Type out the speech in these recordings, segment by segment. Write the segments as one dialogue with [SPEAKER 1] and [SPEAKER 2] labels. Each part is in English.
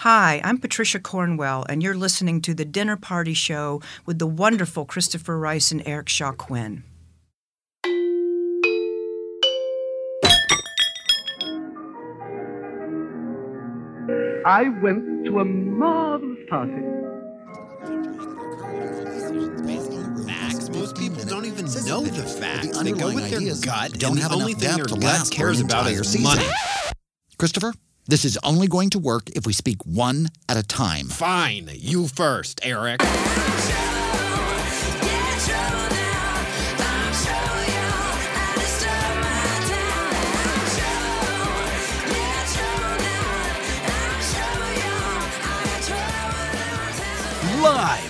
[SPEAKER 1] Hi, I'm Patricia Cornwell, and you're listening to The Dinner Party Show with the wonderful Christopher Rice and Eric Shaw Quinn.
[SPEAKER 2] I went to a marvelous party.
[SPEAKER 3] facts. Most people don't even
[SPEAKER 4] Says
[SPEAKER 5] Oh,
[SPEAKER 3] know
[SPEAKER 4] that
[SPEAKER 3] the
[SPEAKER 4] the
[SPEAKER 3] facts. They go
[SPEAKER 4] underlying
[SPEAKER 3] with their
[SPEAKER 4] ideas
[SPEAKER 3] gut.
[SPEAKER 4] don't
[SPEAKER 3] and
[SPEAKER 4] have
[SPEAKER 3] the only
[SPEAKER 4] enough
[SPEAKER 3] thing
[SPEAKER 4] depth
[SPEAKER 3] their
[SPEAKER 4] to
[SPEAKER 3] gut
[SPEAKER 4] last for an
[SPEAKER 3] cares about
[SPEAKER 4] entire
[SPEAKER 3] is
[SPEAKER 4] season.
[SPEAKER 3] money.
[SPEAKER 4] Christopher, this is only going to work if we speak one at a time.
[SPEAKER 3] Fine, you first, Eric.
[SPEAKER 6] Live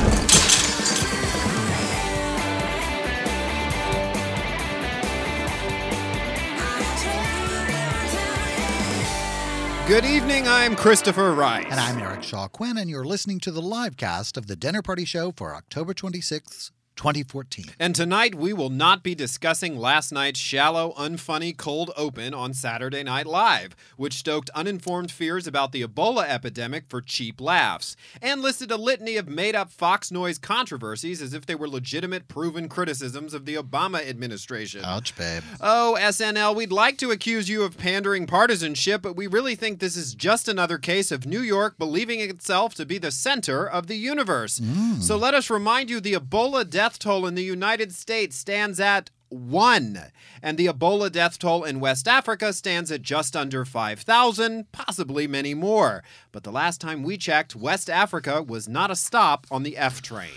[SPEAKER 5] Good evening, I'm Christopher Rice.
[SPEAKER 7] And I'm Eric Shaw Quinn, and you're listening to the live cast of The Dinner Party Show for October 26th, 2014.
[SPEAKER 5] And tonight we will not be discussing last night's shallow, unfunny cold open on Saturday Night Live, which stoked uninformed fears about the Ebola epidemic for cheap laughs, and listed a litany of made up Fox Noise controversies as if they were legitimate, proven criticisms of the Obama administration.
[SPEAKER 7] Ouch, babe.
[SPEAKER 5] Oh, SNL, we'd like to accuse you of pandering partisanship, but we really think this is just another case of New York believing itself to be the center of the universe. So let us remind you the Ebola death toll in the United States stands at one, and the Ebola death toll in West Africa stands at just under 5,000, possibly many more. But the last time we checked, West Africa was not a stop on the F train.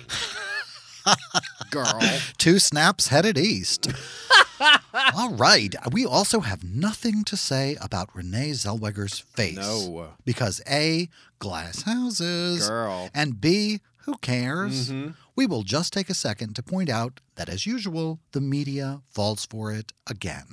[SPEAKER 5] Girl.
[SPEAKER 7] Two snaps headed east. All right. We also have nothing to say about Renee Zellweger's face.
[SPEAKER 5] No.
[SPEAKER 7] Because A, glass houses.
[SPEAKER 5] Girl.
[SPEAKER 7] And B, who cares? We will just take a second to point out that, as usual, the media falls for it again.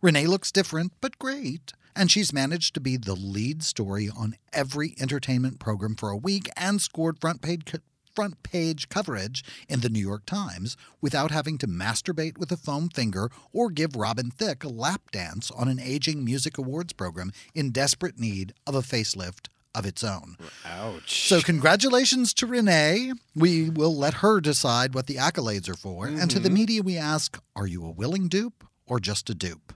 [SPEAKER 7] Renee looks different, but great. And she's managed to be the lead story on every entertainment program for a week and scored front page, co- front page coverage in the New York Times without having to masturbate with a foam finger or give Robin Thicke a lap dance on an aging music awards program in desperate need of a facelift of its own.
[SPEAKER 5] Ouch.
[SPEAKER 7] So, congratulations to Renee. We will let her decide what the accolades are for. And to the media, we ask are you a willing dupe or just a dupe?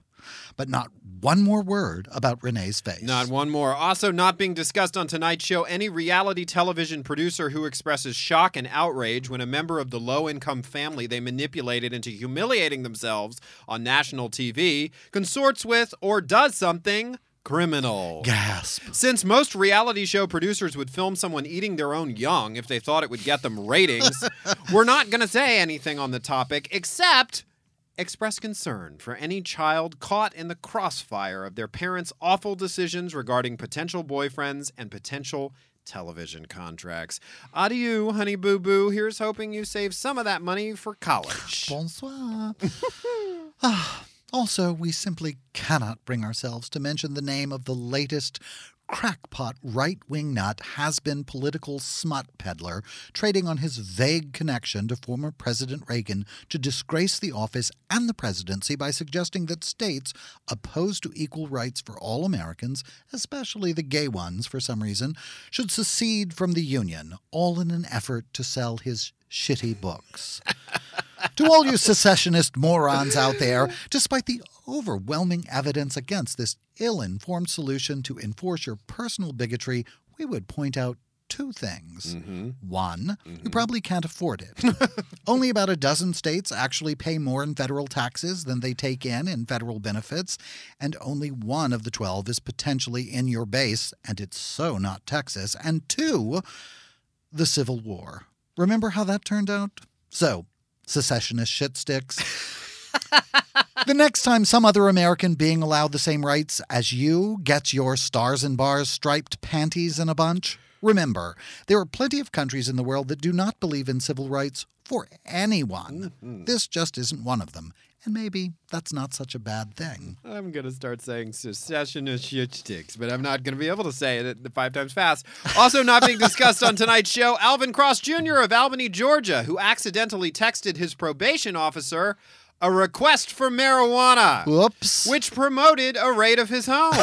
[SPEAKER 7] But not one more word about Renee's face.
[SPEAKER 5] Not one more. Also, not being discussed on tonight's show, any reality television producer who expresses shock and outrage when a member of the low income family they manipulated into humiliating themselves on national TV consorts with or does something criminal.
[SPEAKER 7] Gasp.
[SPEAKER 5] Since most reality show producers would film someone eating their own young if they thought it would get them ratings, we're not going to say anything on the topic except express concern for any child caught in the crossfire of their parents' awful decisions regarding potential boyfriends and potential television contracts. Adieu, honey boo boo. Here's hoping you save some of that money for college.
[SPEAKER 7] Bonsoir. Ah, also, we simply cannot bring ourselves to mention the name of the latest crackpot right wing nut has been political smut peddler trading on his vague connection to former President Reagan to disgrace the office and the presidency by suggesting that states opposed to equal rights for all Americans, especially the gay ones for some reason, should secede from the Union, all in an effort to sell his shitty books. to all you secessionist morons out there, despite the overwhelming evidence against this ill informed solution to enforce your personal bigotry, we would point out two things. Mm-hmm. One, you probably can't afford it. Only about a dozen states actually pay more in federal taxes than they take in in federal benefits, and only one of the 12 is potentially in your base, and it's so not Texas. And two, the Civil War. Remember how that turned out? So, secessionist shitsticks. the next time some other American being allowed the same rights as you gets your stars and bars striped panties in a bunch, remember, there are plenty of countries in the world that do not believe in civil rights for anyone. This just isn't one of them. And maybe that's not such a bad thing.
[SPEAKER 5] I'm gonna start saying secessionist shit sticks, but I'm not gonna be able to say it five times fast. Also, not being discussed on tonight's show, Alvin Cross Jr. of Albany, Georgia, who accidentally texted his probation officer a request for marijuana,
[SPEAKER 7] Whoops.
[SPEAKER 5] which promoted a raid of his home,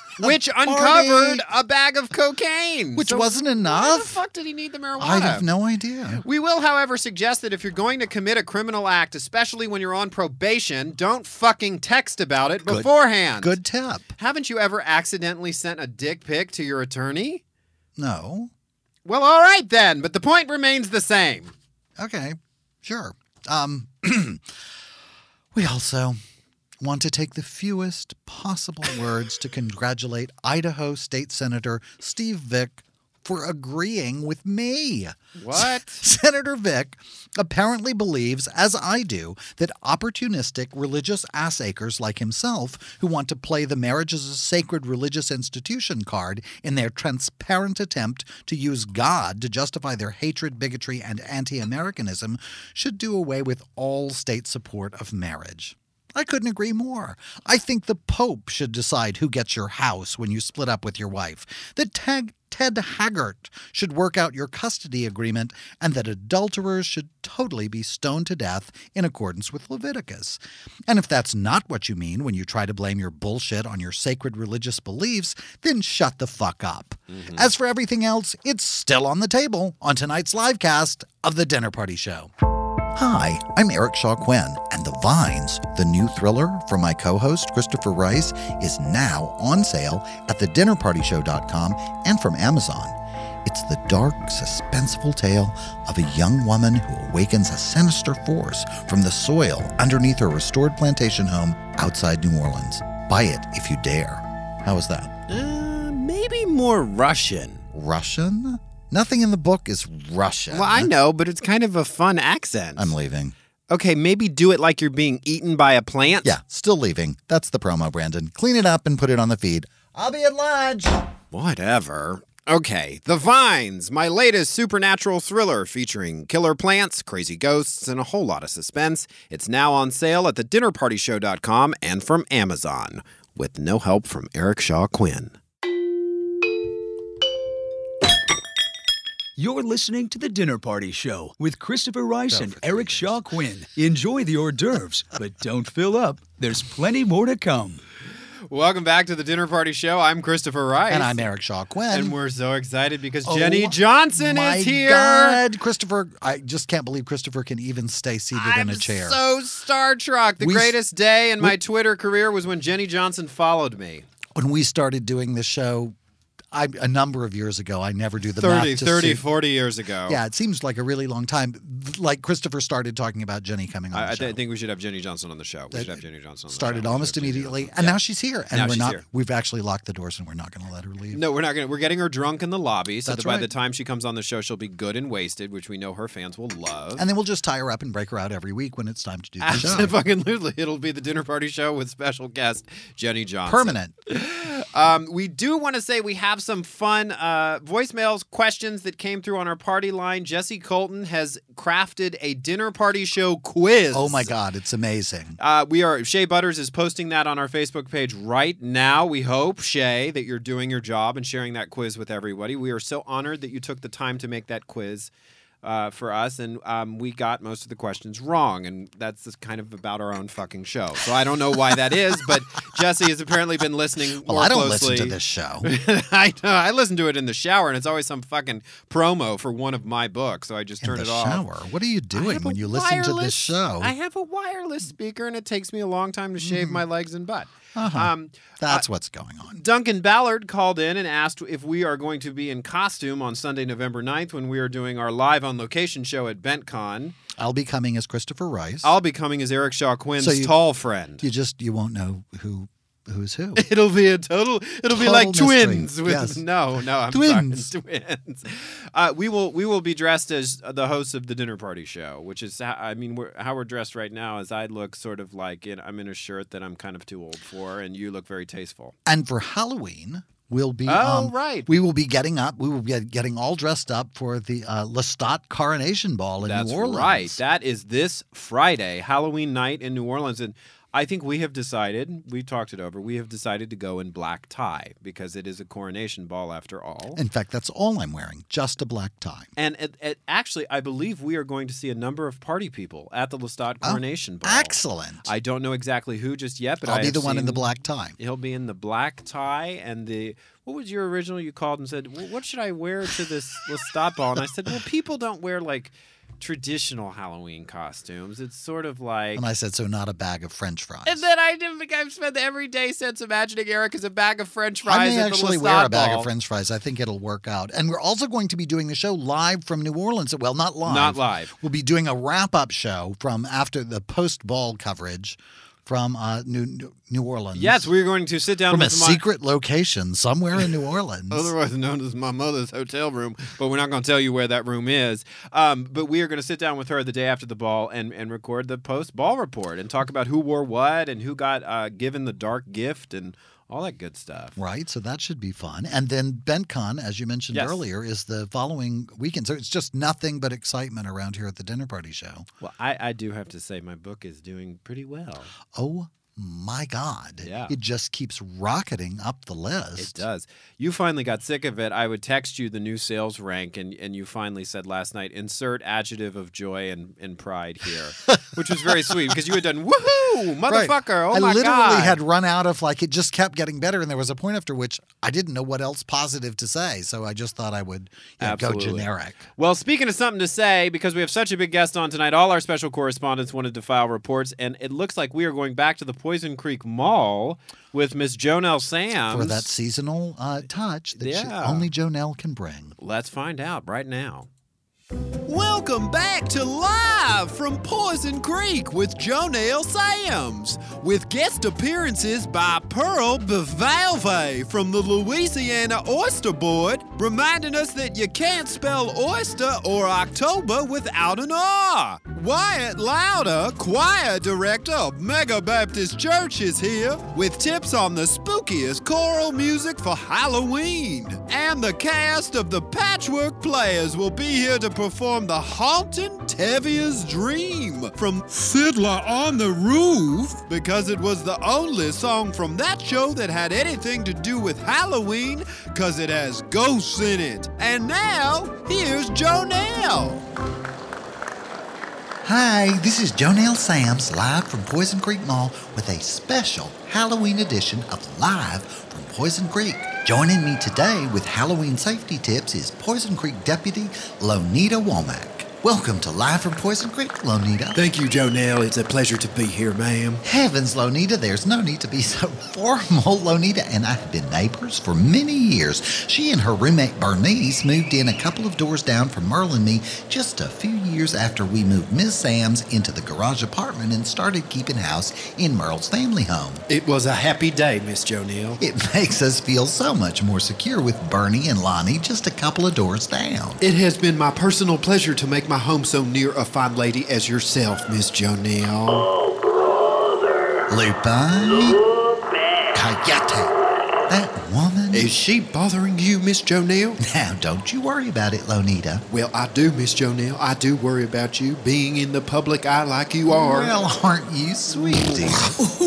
[SPEAKER 5] which uncovered a bag of cocaine,
[SPEAKER 7] Which
[SPEAKER 5] So
[SPEAKER 7] wasn't
[SPEAKER 5] Why the
[SPEAKER 7] enough?
[SPEAKER 5] fuck did he need the marijuana?
[SPEAKER 7] I have no idea.
[SPEAKER 5] We will, however, suggest that if you're going to commit a criminal act, especially when you're on probation, don't fucking text about it beforehand.
[SPEAKER 7] Good tip.
[SPEAKER 5] Haven't you ever accidentally sent a dick pic to your attorney?
[SPEAKER 7] No.
[SPEAKER 5] Well, all right then, but the point remains the same.
[SPEAKER 7] Okay, sure. Um, we also want to take the fewest possible words to congratulate Idaho State Senator Steve Vick for agreeing with me.
[SPEAKER 5] What?
[SPEAKER 7] Senator Vick apparently believes, as I do, that opportunistic religious ass acres like himself, who want to play the marriage as a sacred religious institution card in their transparent attempt to use God to justify their hatred, bigotry, and anti Americanism, should do away with all state support of marriage. I couldn't agree more. I think the Pope should decide who gets your house when you split up with your wife. That Tag- Ted Haggart should work out your custody agreement, and that adulterers should totally be stoned to death in accordance with Leviticus. And if that's not what you mean when you try to blame your bullshit on your sacred religious beliefs, then shut the fuck up. As for everything else, it's still on the table on tonight's live cast of The Dinner Party Show. Hi, I'm Eric Shaw Quinn, and The Vines, the new thriller from my co host Christopher Rice, is now on sale at thedinnerpartyshow.com and from Amazon. It's the dark, suspenseful tale of a young woman who awakens a sinister force from the soil underneath her restored plantation home outside New Orleans. Buy it if you dare. How is that?
[SPEAKER 8] Uh, maybe more Russian.
[SPEAKER 7] Russian? Nothing in the book is Russian.
[SPEAKER 5] Well, I know, but it's kind of a fun accent.
[SPEAKER 7] I'm leaving.
[SPEAKER 5] okay, maybe do it like you're being eaten by a plant.
[SPEAKER 7] Yeah, still leaving. That's the promo, Brandon. Clean it up and put it on the feed. I'll be at lunch.
[SPEAKER 5] Whatever. Okay, The Vines, my latest supernatural thriller featuring killer plants, crazy ghosts, and a whole lot of suspense. It's now on sale at thedinnerpartyshow.com and from Amazon, with no help from Eric Shaw Quinn.
[SPEAKER 6] You're listening to The Dinner Party Show with Christopher Rice and Eric Shaw Quinn. Enjoy the hors d'oeuvres, but don't fill up. There's plenty more to come.
[SPEAKER 5] Welcome back to the Dinner Party Show. I'm Christopher Rice.
[SPEAKER 7] And I'm Eric Shaw Quinn.
[SPEAKER 5] And we're so excited because
[SPEAKER 7] Oh,
[SPEAKER 5] Jenny Johnson
[SPEAKER 7] my
[SPEAKER 5] is here.
[SPEAKER 7] God, Christopher! I just can't believe Christopher can even stay seated
[SPEAKER 5] I'm
[SPEAKER 7] in a chair.
[SPEAKER 5] so Star Trek. The
[SPEAKER 7] We s-
[SPEAKER 5] greatest day in my Twitter career was when Jenny Johnson followed me.
[SPEAKER 7] when we started doing this show, I, a number of years ago, I never do the
[SPEAKER 5] 30,
[SPEAKER 7] math to
[SPEAKER 5] 30,
[SPEAKER 7] see-
[SPEAKER 5] 40 years ago.
[SPEAKER 7] Yeah, it seems like a really long time. Like Christopher started talking about Jenny coming on.
[SPEAKER 5] I,
[SPEAKER 7] the
[SPEAKER 5] I,
[SPEAKER 7] show.
[SPEAKER 5] th- I think we should have Jenny Johnson on the show. We should have Jenny Johnson. On the
[SPEAKER 7] started
[SPEAKER 5] show. We
[SPEAKER 7] almost
[SPEAKER 5] should have Jenny
[SPEAKER 7] immediately,
[SPEAKER 5] Johnson.
[SPEAKER 7] and now she's here, and
[SPEAKER 5] Now
[SPEAKER 7] we're
[SPEAKER 5] she's
[SPEAKER 7] not.
[SPEAKER 5] here.
[SPEAKER 7] We've actually locked the doors, and we're not going to let her leave.
[SPEAKER 5] No, we're not gonna. We're getting her drunk in the lobby, so
[SPEAKER 7] That's
[SPEAKER 5] that by the
[SPEAKER 7] right.
[SPEAKER 5] time she comes on the show, she'll be good and wasted, which we know her fans will love.
[SPEAKER 7] And then we'll just tie her up and break her out every week when it's time to do the show.
[SPEAKER 5] Absolutely, it'll be the dinner party show with special guest Jenny Johnson.
[SPEAKER 7] Permanent.
[SPEAKER 5] Um, we do want to say we have have some fun uh, voicemails, questions that came through on our party line. Jesse Colton has crafted a dinner party show quiz.
[SPEAKER 7] Oh my God, it's amazing.
[SPEAKER 5] Uh, we are Shay Butters is posting that on our Facebook page right now. We hope Shay that you're doing your job and sharing that quiz with everybody. We are so honored that you took the time to make that quiz uh, for us, and um, we got most of the questions wrong, and that's just kind of about our own fucking show. So I don't know why that is, but Jesse has apparently been listening.
[SPEAKER 7] Well,
[SPEAKER 5] more
[SPEAKER 7] I don't
[SPEAKER 5] closely.
[SPEAKER 7] listen to this show.
[SPEAKER 5] I know. I listen to it in the shower, and it's always some fucking promo for one of my books. So I just
[SPEAKER 7] In
[SPEAKER 5] turn
[SPEAKER 7] the
[SPEAKER 5] it off.
[SPEAKER 7] shower. What are you
[SPEAKER 5] I
[SPEAKER 7] doing
[SPEAKER 5] have
[SPEAKER 7] when
[SPEAKER 5] a
[SPEAKER 7] you listen to
[SPEAKER 5] wireless-
[SPEAKER 7] this show?
[SPEAKER 5] I have a wireless speaker, and it takes me a long time to shave
[SPEAKER 7] Mm.
[SPEAKER 5] my legs and butt. Um,
[SPEAKER 7] Uh-huh. That's what's going on.
[SPEAKER 5] Duncan Ballard called in and asked if we are going to be in costume on Sunday, November 9th, when we are doing our live on location show at BentCon.
[SPEAKER 7] I'll be coming as Christopher Rice.
[SPEAKER 5] I'll be coming as Eric Shaw Quinn's
[SPEAKER 7] So you-
[SPEAKER 5] tall friend.
[SPEAKER 7] you just you won't know who who's who.
[SPEAKER 5] It'll be a total. It'll be
[SPEAKER 7] Total
[SPEAKER 5] like
[SPEAKER 7] mystery.
[SPEAKER 5] twins. With,
[SPEAKER 7] Yes.
[SPEAKER 5] No, no, I'm
[SPEAKER 7] Twins.
[SPEAKER 5] sorry. Twins. Uh, we will. We will be dressed as the hosts of the dinner party show, which is. ho- I mean, we're, how we're dressed right now is I look sort of like in, I'm in a shirt that I'm kind of too old for, and you look very tasteful.
[SPEAKER 7] And for Halloween, we'll be.
[SPEAKER 5] Oh,
[SPEAKER 7] um,
[SPEAKER 5] right.
[SPEAKER 7] We will be getting up. We will be getting all dressed up for the uh, Lestat Coronation Ball in
[SPEAKER 5] That's
[SPEAKER 7] New Orleans.
[SPEAKER 5] right. That is this Friday, Halloween night in New Orleans, and I think we have decided. We talked it over. We have decided to go in black tie because it is a coronation ball after all.
[SPEAKER 7] In fact, that's all I'm wearing, just a black tie.
[SPEAKER 5] And it, it, actually, I believe we are going to see a number of party people at the Lestat
[SPEAKER 7] Oh,
[SPEAKER 5] Coronation Ball.
[SPEAKER 7] Excellent.
[SPEAKER 5] I don't know exactly who just yet, but
[SPEAKER 7] I'll
[SPEAKER 5] I
[SPEAKER 7] be
[SPEAKER 5] have
[SPEAKER 7] the one in the
[SPEAKER 5] seen-
[SPEAKER 7] black tie.
[SPEAKER 5] He'll be in the black tie and the. What was your original? You called and said, "Wh- "What should I wear to this Lestat Ball?" And I said, "Well, people don't wear like traditional Halloween costumes. It's sort of like."
[SPEAKER 7] And I said, so not a bag of French fries.
[SPEAKER 5] And then I didn't think I've spent every day since imagining Eric as a bag of French fries.
[SPEAKER 7] I may
[SPEAKER 5] at the
[SPEAKER 7] actually
[SPEAKER 5] Lestat
[SPEAKER 7] wear a bag
[SPEAKER 5] Ball.
[SPEAKER 7] of French fries. I think it'll work out. And we're also going to be doing the show live from New Orleans. Well, not live.
[SPEAKER 5] Not live.
[SPEAKER 7] We'll be doing a wrap up show from after the post ball coverage from uh, New New Orleans.
[SPEAKER 5] Yes, we're going to sit down
[SPEAKER 7] from a
[SPEAKER 5] with my, Oh,
[SPEAKER 7] secret location somewhere in New Orleans.
[SPEAKER 5] otherwise known as my mother's hotel room, but we're not going to tell you where that room is. Um, but we are going to sit down with her the day after the ball and, and record the post ball report and talk about who wore what and who got uh, given the dark gift and all that good stuff.
[SPEAKER 7] Right, so that should be fun. And then BentCon, as you mentioned
[SPEAKER 5] Yes.
[SPEAKER 7] earlier, is the following weekend. So it's just nothing but excitement around here at the dinner party show.
[SPEAKER 5] Well, I, I do have to say my book is doing pretty well.
[SPEAKER 7] Oh my God.
[SPEAKER 5] Yeah.
[SPEAKER 7] It just keeps rocketing up the
[SPEAKER 5] It
[SPEAKER 7] list.
[SPEAKER 5] does. You finally got sick of it. I would text you the new sales rank, and, and you finally said last night, insert adjective of joy and, and pride here, which was very sweet because you had done, woohoo, motherfucker.
[SPEAKER 7] Right.
[SPEAKER 5] Oh
[SPEAKER 7] I
[SPEAKER 5] my
[SPEAKER 7] literally
[SPEAKER 5] God.
[SPEAKER 7] had run out of like it just kept getting better, and there was a point after which I didn't know what else positive to say, so I just thought I would you know, go
[SPEAKER 5] Absolutely.
[SPEAKER 7] generic.
[SPEAKER 5] Well, speaking of something to say, because we have such a big guest on tonight, all our special correspondents wanted to file reports, and it looks like we are going back to the Poison Creek Mall with Miss Jonelle Sams.
[SPEAKER 7] For that seasonal uh, touch that she-
[SPEAKER 5] Yeah.
[SPEAKER 7] only Jonelle can bring.
[SPEAKER 5] Let's find out right now.
[SPEAKER 8] Welcome back to Live from Poison Creek with Jonelle Sams, with guest appearances by Pearl Bevalve from the Louisiana Oyster Board, reminding us that you can't spell oyster or October without an R. Wyatt Louder, choir director of Mega Baptist Church, is here with tips on the spookiest choral music for Halloween. And the cast of the Patchwork Players will be here to perform the haunting Tevia's Dream from Fiddler on the Roof because it was the only song from that show that had anything to do with Halloween because it has ghosts in it. And now, here's Jonelle.
[SPEAKER 7] Hi, this is Jonelle Sams live from Poison Creek Mall with a special Halloween edition of Live from Poison Creek. Joining me today with Halloween safety tips is Poison Creek Deputy Lonita Womack. Welcome to Live from Poison Creek, Lonita.
[SPEAKER 8] Thank you, Jonelle. It's a pleasure to be here, ma'am.
[SPEAKER 7] Heavens, Lonita, there's no need to be so formal. Lonita and I have been neighbors for many years. She and her roommate Bernice moved in a couple of doors down from Merle and me just a few years after we moved Miss Sam's into the garage apartment and started keeping house in Merle's family home.
[SPEAKER 8] It was a happy day, Miss Jonelle.
[SPEAKER 7] It makes us feel so much more secure with Bernie and Lonnie just a couple of doors down.
[SPEAKER 8] It has been my personal pleasure to make my home so near a fine lady as yourself, Miss Jonelle.
[SPEAKER 7] Lupin. Coyote. That woman
[SPEAKER 8] Is she bothering you, Miss Jonelle?
[SPEAKER 7] Now, don't you worry about it, Lonita.
[SPEAKER 8] Well, I do, Miss Jonelle. I do worry about you being in the public eye like you are.
[SPEAKER 7] Well, aren't you sweet, dear?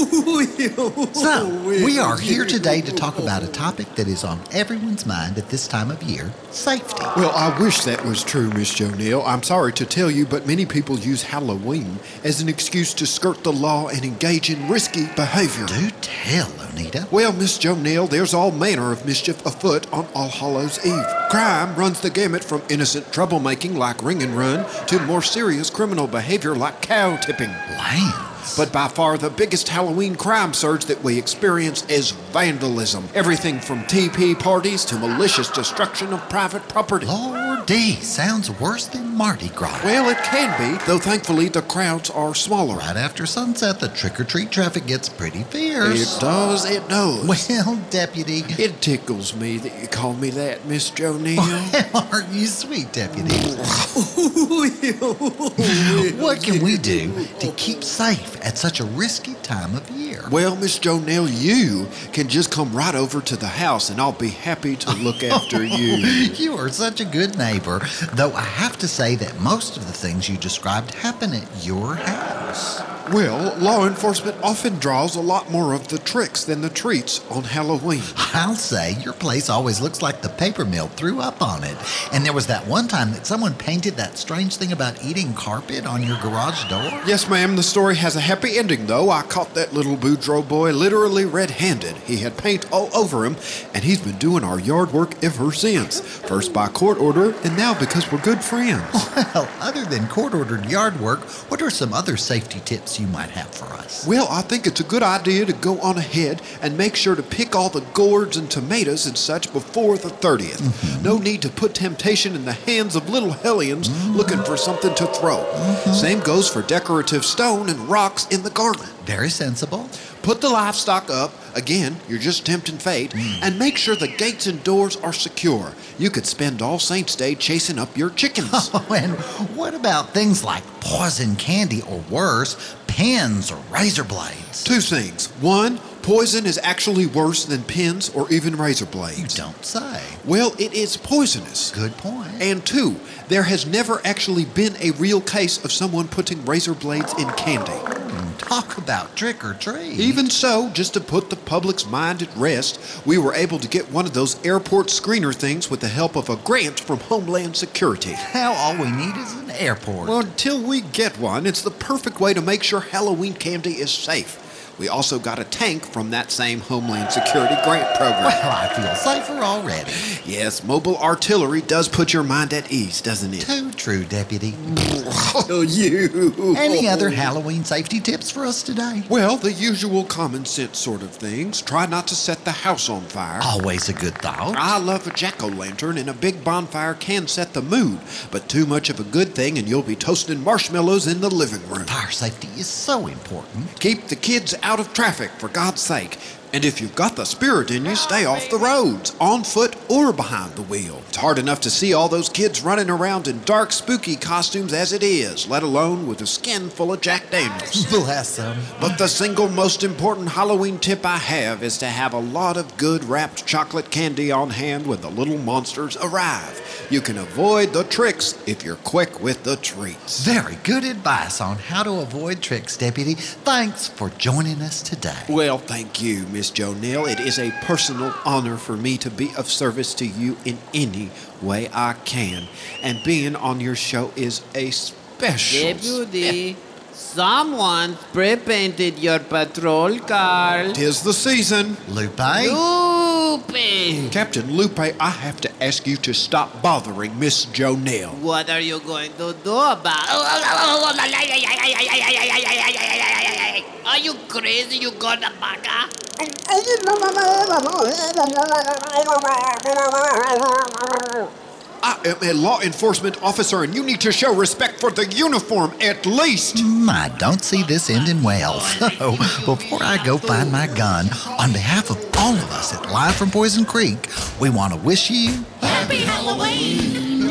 [SPEAKER 7] so, we are here today to talk about a topic that is on everyone's mind at this time of year safety.
[SPEAKER 8] Well, I wish that was true, Miss Jonelle. I'm sorry to tell you, but many people use Halloween as an excuse to skirt the law and engage in risky behavior.
[SPEAKER 7] Do tell, Lonita.
[SPEAKER 8] Well, Miss Jonelle, there's all manner of mischief afoot on All Hallows Eve. Crime runs the gamut from innocent troublemaking like ring and run to more serious criminal behavior like cow tipping.
[SPEAKER 7] Lance.
[SPEAKER 8] But by far the biggest Halloween crime surge that we experience is vandalism. Everything from TP parties to malicious destruction of private property.
[SPEAKER 7] Lordy, sounds worse than Mardi Gras.
[SPEAKER 8] Well, it can be, though thankfully the crowds are smaller.
[SPEAKER 7] Right after sunset, the trick or treat traffic gets pretty fierce.
[SPEAKER 8] It does, it does.
[SPEAKER 7] Well, Deputy.
[SPEAKER 8] It tickles me that you call me that, Miss Jonelle.
[SPEAKER 7] Well, aren't you sweet, Deputy? what can we do to keep safe at such a risky time of year?
[SPEAKER 8] well, Miss Jonelle, you can just come right over to the house and I'll be happy to look after you.
[SPEAKER 7] You are such a good neighbor, though I have to say that most of the things you described happen at your house.
[SPEAKER 8] Well, law enforcement often draws a lot more of the tricks than the treats on Halloween.
[SPEAKER 7] I'll say your place always looks like the paper mill threw up on it. And there was that one time that someone painted that strange thing about eating carpet on your garage door.
[SPEAKER 8] Yes, ma'am, the story has a happy ending, though. I caught that little Boudreaux boy literally red handed. He had paint all over him, and he's been doing our yard work ever since. First by court order, and now because we're good friends.
[SPEAKER 7] Well, other than court ordered yard work, what are some other safety tips you might have for us?
[SPEAKER 8] Well, I think it's a good idea to go on ahead and make sure to pick all the gourds and tomatoes and such before the 30th.
[SPEAKER 7] Mm-hmm.
[SPEAKER 8] No need to put temptation in the hands of little hellions looking for something to throw. Same goes for decorative stone and rocks in the garden.
[SPEAKER 7] Very sensible.
[SPEAKER 8] Put the livestock up. Again, you're just tempting fate.
[SPEAKER 7] Hmm.
[SPEAKER 8] And make sure the gates and doors are secure. You could spend all Saints' Day chasing up your chickens.
[SPEAKER 7] Oh, and what about things like poison candy or worse, pens or razor blades?
[SPEAKER 8] Two things. One, poison is actually worse than pins or even razor
[SPEAKER 7] You
[SPEAKER 8] blades.
[SPEAKER 7] don't say.
[SPEAKER 8] Well, it is poisonous.
[SPEAKER 7] Good point.
[SPEAKER 8] And two, there has never actually been a real case of someone putting razor blades in candy.
[SPEAKER 7] Talk about trick or treat.
[SPEAKER 8] Even so, just to put the public's mind at rest, we were able to get one of those airport screener things with the help of a grant from Homeland Security.
[SPEAKER 7] now, all we need is an airport.
[SPEAKER 8] Well, until we get one, it's the perfect way to make sure Halloween candy is safe. We also got a tank from that same Homeland Security grant program.
[SPEAKER 7] Well, I feel safer already.
[SPEAKER 8] Yes, mobile artillery does put your mind at ease, doesn't it?
[SPEAKER 7] Too true, Deputy.
[SPEAKER 8] Oh, you.
[SPEAKER 7] Any other Halloween safety tips for us today?
[SPEAKER 8] Well, the usual common sense sort of things. Try not to set the house on fire.
[SPEAKER 7] Always a good thought.
[SPEAKER 8] I love a jack o' lantern, and a big bonfire can set the mood, but too much of a good thing, and you'll be toasting marshmallows in the living room.
[SPEAKER 7] Fire safety is so important.
[SPEAKER 8] Keep the kids out of traffic, for God's sake. And if you've got the spirit in you, stay off the roads, on foot or behind the wheel. It's hard enough to see all those kids running around in dark, spooky costumes as it is, let alone with a skin full of Jack Daniels.
[SPEAKER 7] Bless them.
[SPEAKER 8] But the single most important Halloween tip I have is to have a lot of good wrapped chocolate candy on hand when the little monsters arrive. You can avoid the tricks if you're quick with the treats.
[SPEAKER 7] Very good advice on how to avoid tricks, Deputy. Thanks for joining us today.
[SPEAKER 8] Well, thank you, Miss Jonelle. It is a personal honor for me to be of service to you in any way I can. And being on your show is a special.
[SPEAKER 9] Deputy, someone spray painted your patrol car.
[SPEAKER 8] Tis the season.
[SPEAKER 7] Lupe,
[SPEAKER 9] Loopy!
[SPEAKER 8] Captain Lupe, I have to ask you to stop bothering Miss Jonelle.
[SPEAKER 9] What are you going to do about Are you crazy, you gonna baka?
[SPEAKER 8] I am a law enforcement officer, and you need to show respect for the uniform at least.
[SPEAKER 7] Hmm, I don't see this ending well. So, before I go find my gun, on behalf of all of us at Live from Poison Creek, we want to wish you
[SPEAKER 9] Happy Halloween!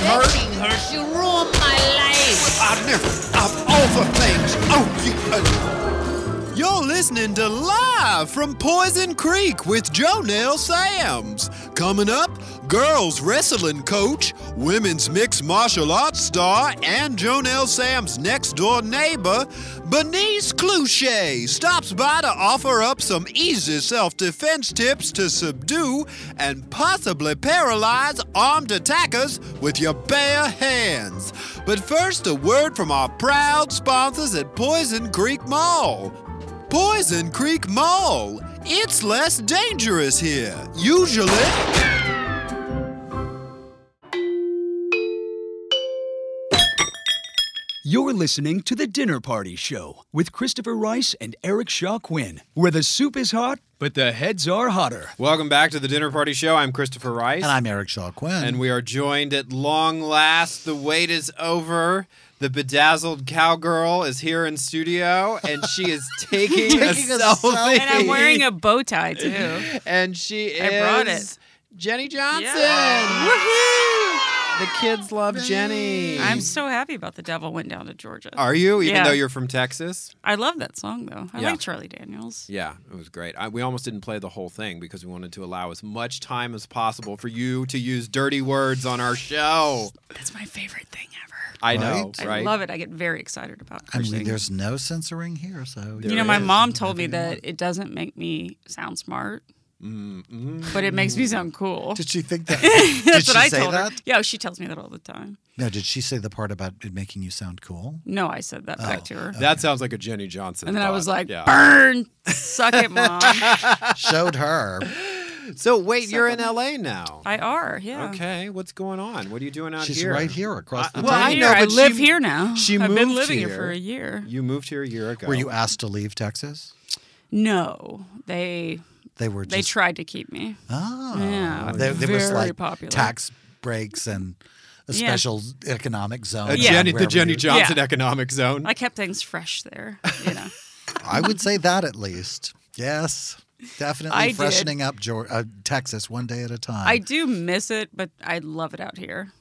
[SPEAKER 9] Freaking hurts, you ruined my life!
[SPEAKER 8] I never, of all the things, oh, you. Uh, You're listening to Live from Poison Creek with Jonelle Sams. Coming up, girls wrestling coach, women's mixed martial arts star, and Jonelle Sams' next door neighbor, Bernice Cluche, stops by to offer up some easy self defense tips to subdue and possibly paralyze armed attackers with your bare hands. But first, a word from our proud sponsors at Poison Creek Mall. Poison Creek Mall. It's less dangerous here. Usually.
[SPEAKER 6] You're listening to The Dinner Party Show with Christopher Rice and Eric Shaw Quinn, where the soup is hot, but the heads are hotter.
[SPEAKER 5] Welcome back to the Dinner Party Show. I'm Christopher Rice.
[SPEAKER 7] And I'm Eric Shaw Quinn.
[SPEAKER 5] And we are joined at long last. The wait is over. The bedazzled cowgirl is here in studio, and she is taking,
[SPEAKER 7] Taking a selfie.
[SPEAKER 10] And I'm wearing a bow tie too.
[SPEAKER 5] And she is.
[SPEAKER 10] I brought it.
[SPEAKER 5] Jenny Johnson.
[SPEAKER 10] Yeah.
[SPEAKER 5] Woohoo! The kids love Jenny.
[SPEAKER 10] I'm so happy about the devil went down to Georgia.
[SPEAKER 5] Are you? Even
[SPEAKER 10] Yeah.
[SPEAKER 5] though you're from Texas.
[SPEAKER 10] I love that song though. I
[SPEAKER 5] Yeah.
[SPEAKER 10] like Charlie Daniels.
[SPEAKER 5] Yeah, it was great. I, we almost didn't play the whole thing because we wanted to allow as much time as possible for you to use dirty words on our show.
[SPEAKER 10] That's my favorite thing ever.
[SPEAKER 5] I know,
[SPEAKER 10] I
[SPEAKER 5] right?
[SPEAKER 10] love it. I get very excited about
[SPEAKER 7] I mean,
[SPEAKER 10] cursing.
[SPEAKER 7] there's no censoring here, so
[SPEAKER 10] you know, my mom told me that it doesn't make me sound smart,
[SPEAKER 7] Mm-hmm.
[SPEAKER 10] but it makes me sound cool.
[SPEAKER 7] Did she think that?
[SPEAKER 10] That's
[SPEAKER 7] did she
[SPEAKER 10] what I
[SPEAKER 7] say
[SPEAKER 10] told her.
[SPEAKER 7] that?
[SPEAKER 10] Yeah, she tells me that all the time.
[SPEAKER 7] No, did she say the part about it making you sound cool? Oh,
[SPEAKER 10] No, I said that back to her.
[SPEAKER 5] That sounds like a Jenny Johnson.
[SPEAKER 10] and then I was
[SPEAKER 5] thought.
[SPEAKER 10] like,
[SPEAKER 5] Yeah.
[SPEAKER 10] burn, suck it, mom.
[SPEAKER 7] Showed her.
[SPEAKER 5] so wait, you're in LA now.
[SPEAKER 10] I are, yeah.
[SPEAKER 5] Okay, what's going on? What are you doing out
[SPEAKER 7] She's
[SPEAKER 5] here?
[SPEAKER 7] right here across the
[SPEAKER 5] I-
[SPEAKER 7] table.
[SPEAKER 5] well,
[SPEAKER 10] I know. I
[SPEAKER 5] but she-
[SPEAKER 10] live here now.
[SPEAKER 5] she
[SPEAKER 10] I've been
[SPEAKER 5] moved
[SPEAKER 10] living here.
[SPEAKER 5] here.
[SPEAKER 10] for a year.
[SPEAKER 5] You moved here a year ago.
[SPEAKER 7] Were you asked to leave Texas?
[SPEAKER 10] No, they
[SPEAKER 7] They were. Just,
[SPEAKER 10] they tried to keep me.
[SPEAKER 7] Oh,
[SPEAKER 10] Yeah,
[SPEAKER 7] There, there was
[SPEAKER 10] very
[SPEAKER 7] like
[SPEAKER 10] popular.
[SPEAKER 7] tax breaks and a
[SPEAKER 10] Yeah.
[SPEAKER 7] special economic zone.
[SPEAKER 5] A
[SPEAKER 10] Yeah.
[SPEAKER 5] Jenny, the
[SPEAKER 7] wherever
[SPEAKER 5] Jenny
[SPEAKER 7] you-
[SPEAKER 5] Johnson
[SPEAKER 10] Yeah.
[SPEAKER 5] economic zone.
[SPEAKER 10] I kept things fresh there. You know,
[SPEAKER 7] I would say that at least. Yes, definitely
[SPEAKER 10] I did.
[SPEAKER 7] freshening up Geor uh, Texas one day at a time.
[SPEAKER 10] I do miss it, but I love it out here.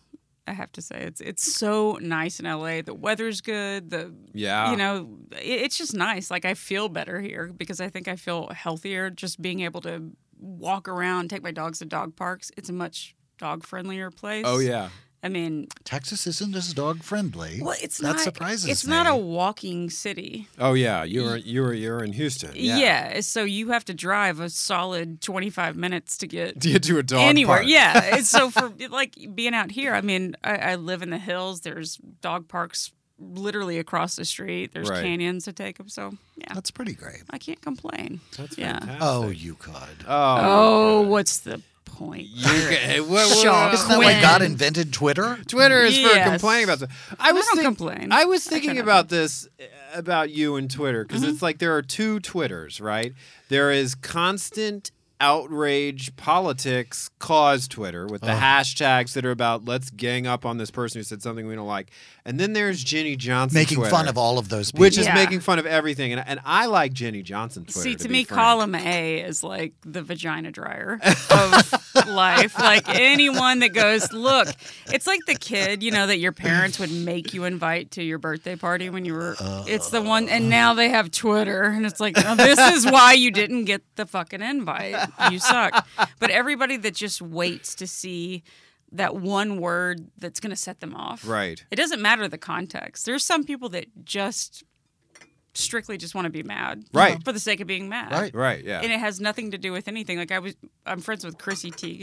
[SPEAKER 10] I have to say, it's it's so nice in LA. The weather's good. The
[SPEAKER 5] Yeah.
[SPEAKER 10] you know, it, it's just nice. Like I feel better here because I think I feel healthier just being able to walk around, take my dogs to dog parks. It's a much dog friendlier place.
[SPEAKER 5] oh yeah.
[SPEAKER 10] I mean,
[SPEAKER 7] Texas isn't as dog friendly.
[SPEAKER 10] well, it's
[SPEAKER 7] that
[SPEAKER 10] not
[SPEAKER 7] surprises
[SPEAKER 10] It's
[SPEAKER 7] me.
[SPEAKER 10] not a walking city.
[SPEAKER 5] Oh yeah. You were you were you're in Houston. Yeah.
[SPEAKER 10] Yeah. So you have to drive a solid 25 minutes to get
[SPEAKER 5] Do you do a dog
[SPEAKER 10] anywhere.
[SPEAKER 5] park?
[SPEAKER 10] Yeah. It's so for like being out here, I mean, I, I live in the hills. There's dog parks literally across the street. There's
[SPEAKER 5] Right.
[SPEAKER 10] canyons to take them. So yeah,
[SPEAKER 7] That's pretty great.
[SPEAKER 10] I can't complain. That's yeah.
[SPEAKER 7] Oh, you could.
[SPEAKER 5] Oh.
[SPEAKER 10] Oh, what's the point?
[SPEAKER 5] You get, what, what,
[SPEAKER 10] Shaw
[SPEAKER 7] Isn't that why
[SPEAKER 10] Quinn.
[SPEAKER 7] God invented Twitter?
[SPEAKER 5] Twitter is
[SPEAKER 10] Yes.
[SPEAKER 5] for complaining about stuff. I was
[SPEAKER 10] don't
[SPEAKER 5] think-
[SPEAKER 10] complain.
[SPEAKER 5] I was
[SPEAKER 10] I Mm-hmm.
[SPEAKER 5] thinking
[SPEAKER 10] kind of
[SPEAKER 5] about this uh, about you and Twitter because it's like there are two Twitters, right? There is constant outrage politics cause Twitter with the hashtags that are about let's gang up on this person who said something we don't like, and then there's Jenny Johnson
[SPEAKER 7] Making
[SPEAKER 5] Twitter,
[SPEAKER 7] fun of all of those people.
[SPEAKER 5] which is
[SPEAKER 10] Yeah.
[SPEAKER 5] making fun of everything, and, and I like Jenny Johnson Twitter.
[SPEAKER 10] See, to,
[SPEAKER 5] be
[SPEAKER 10] me,
[SPEAKER 5] frank.
[SPEAKER 10] column A is like the vagina dryer of life. Like anyone that goes, look, it's like the kid, you know, that your parents would make you invite to your birthday party when you were. it's the one, and now they have Twitter, and it's like, "Oh, this is why you didn't get the fucking invite. You suck. But everybody that just waits to see. That one word that's going to set them off.
[SPEAKER 5] Right.
[SPEAKER 10] It doesn't matter the context. There's some people that just strictly just want to be mad.
[SPEAKER 5] Right.
[SPEAKER 10] For the sake of being mad.
[SPEAKER 7] Right.
[SPEAKER 5] right? Yeah,
[SPEAKER 10] And it has nothing to do with anything. Like I was, I'm friends with Chrissy Teigen,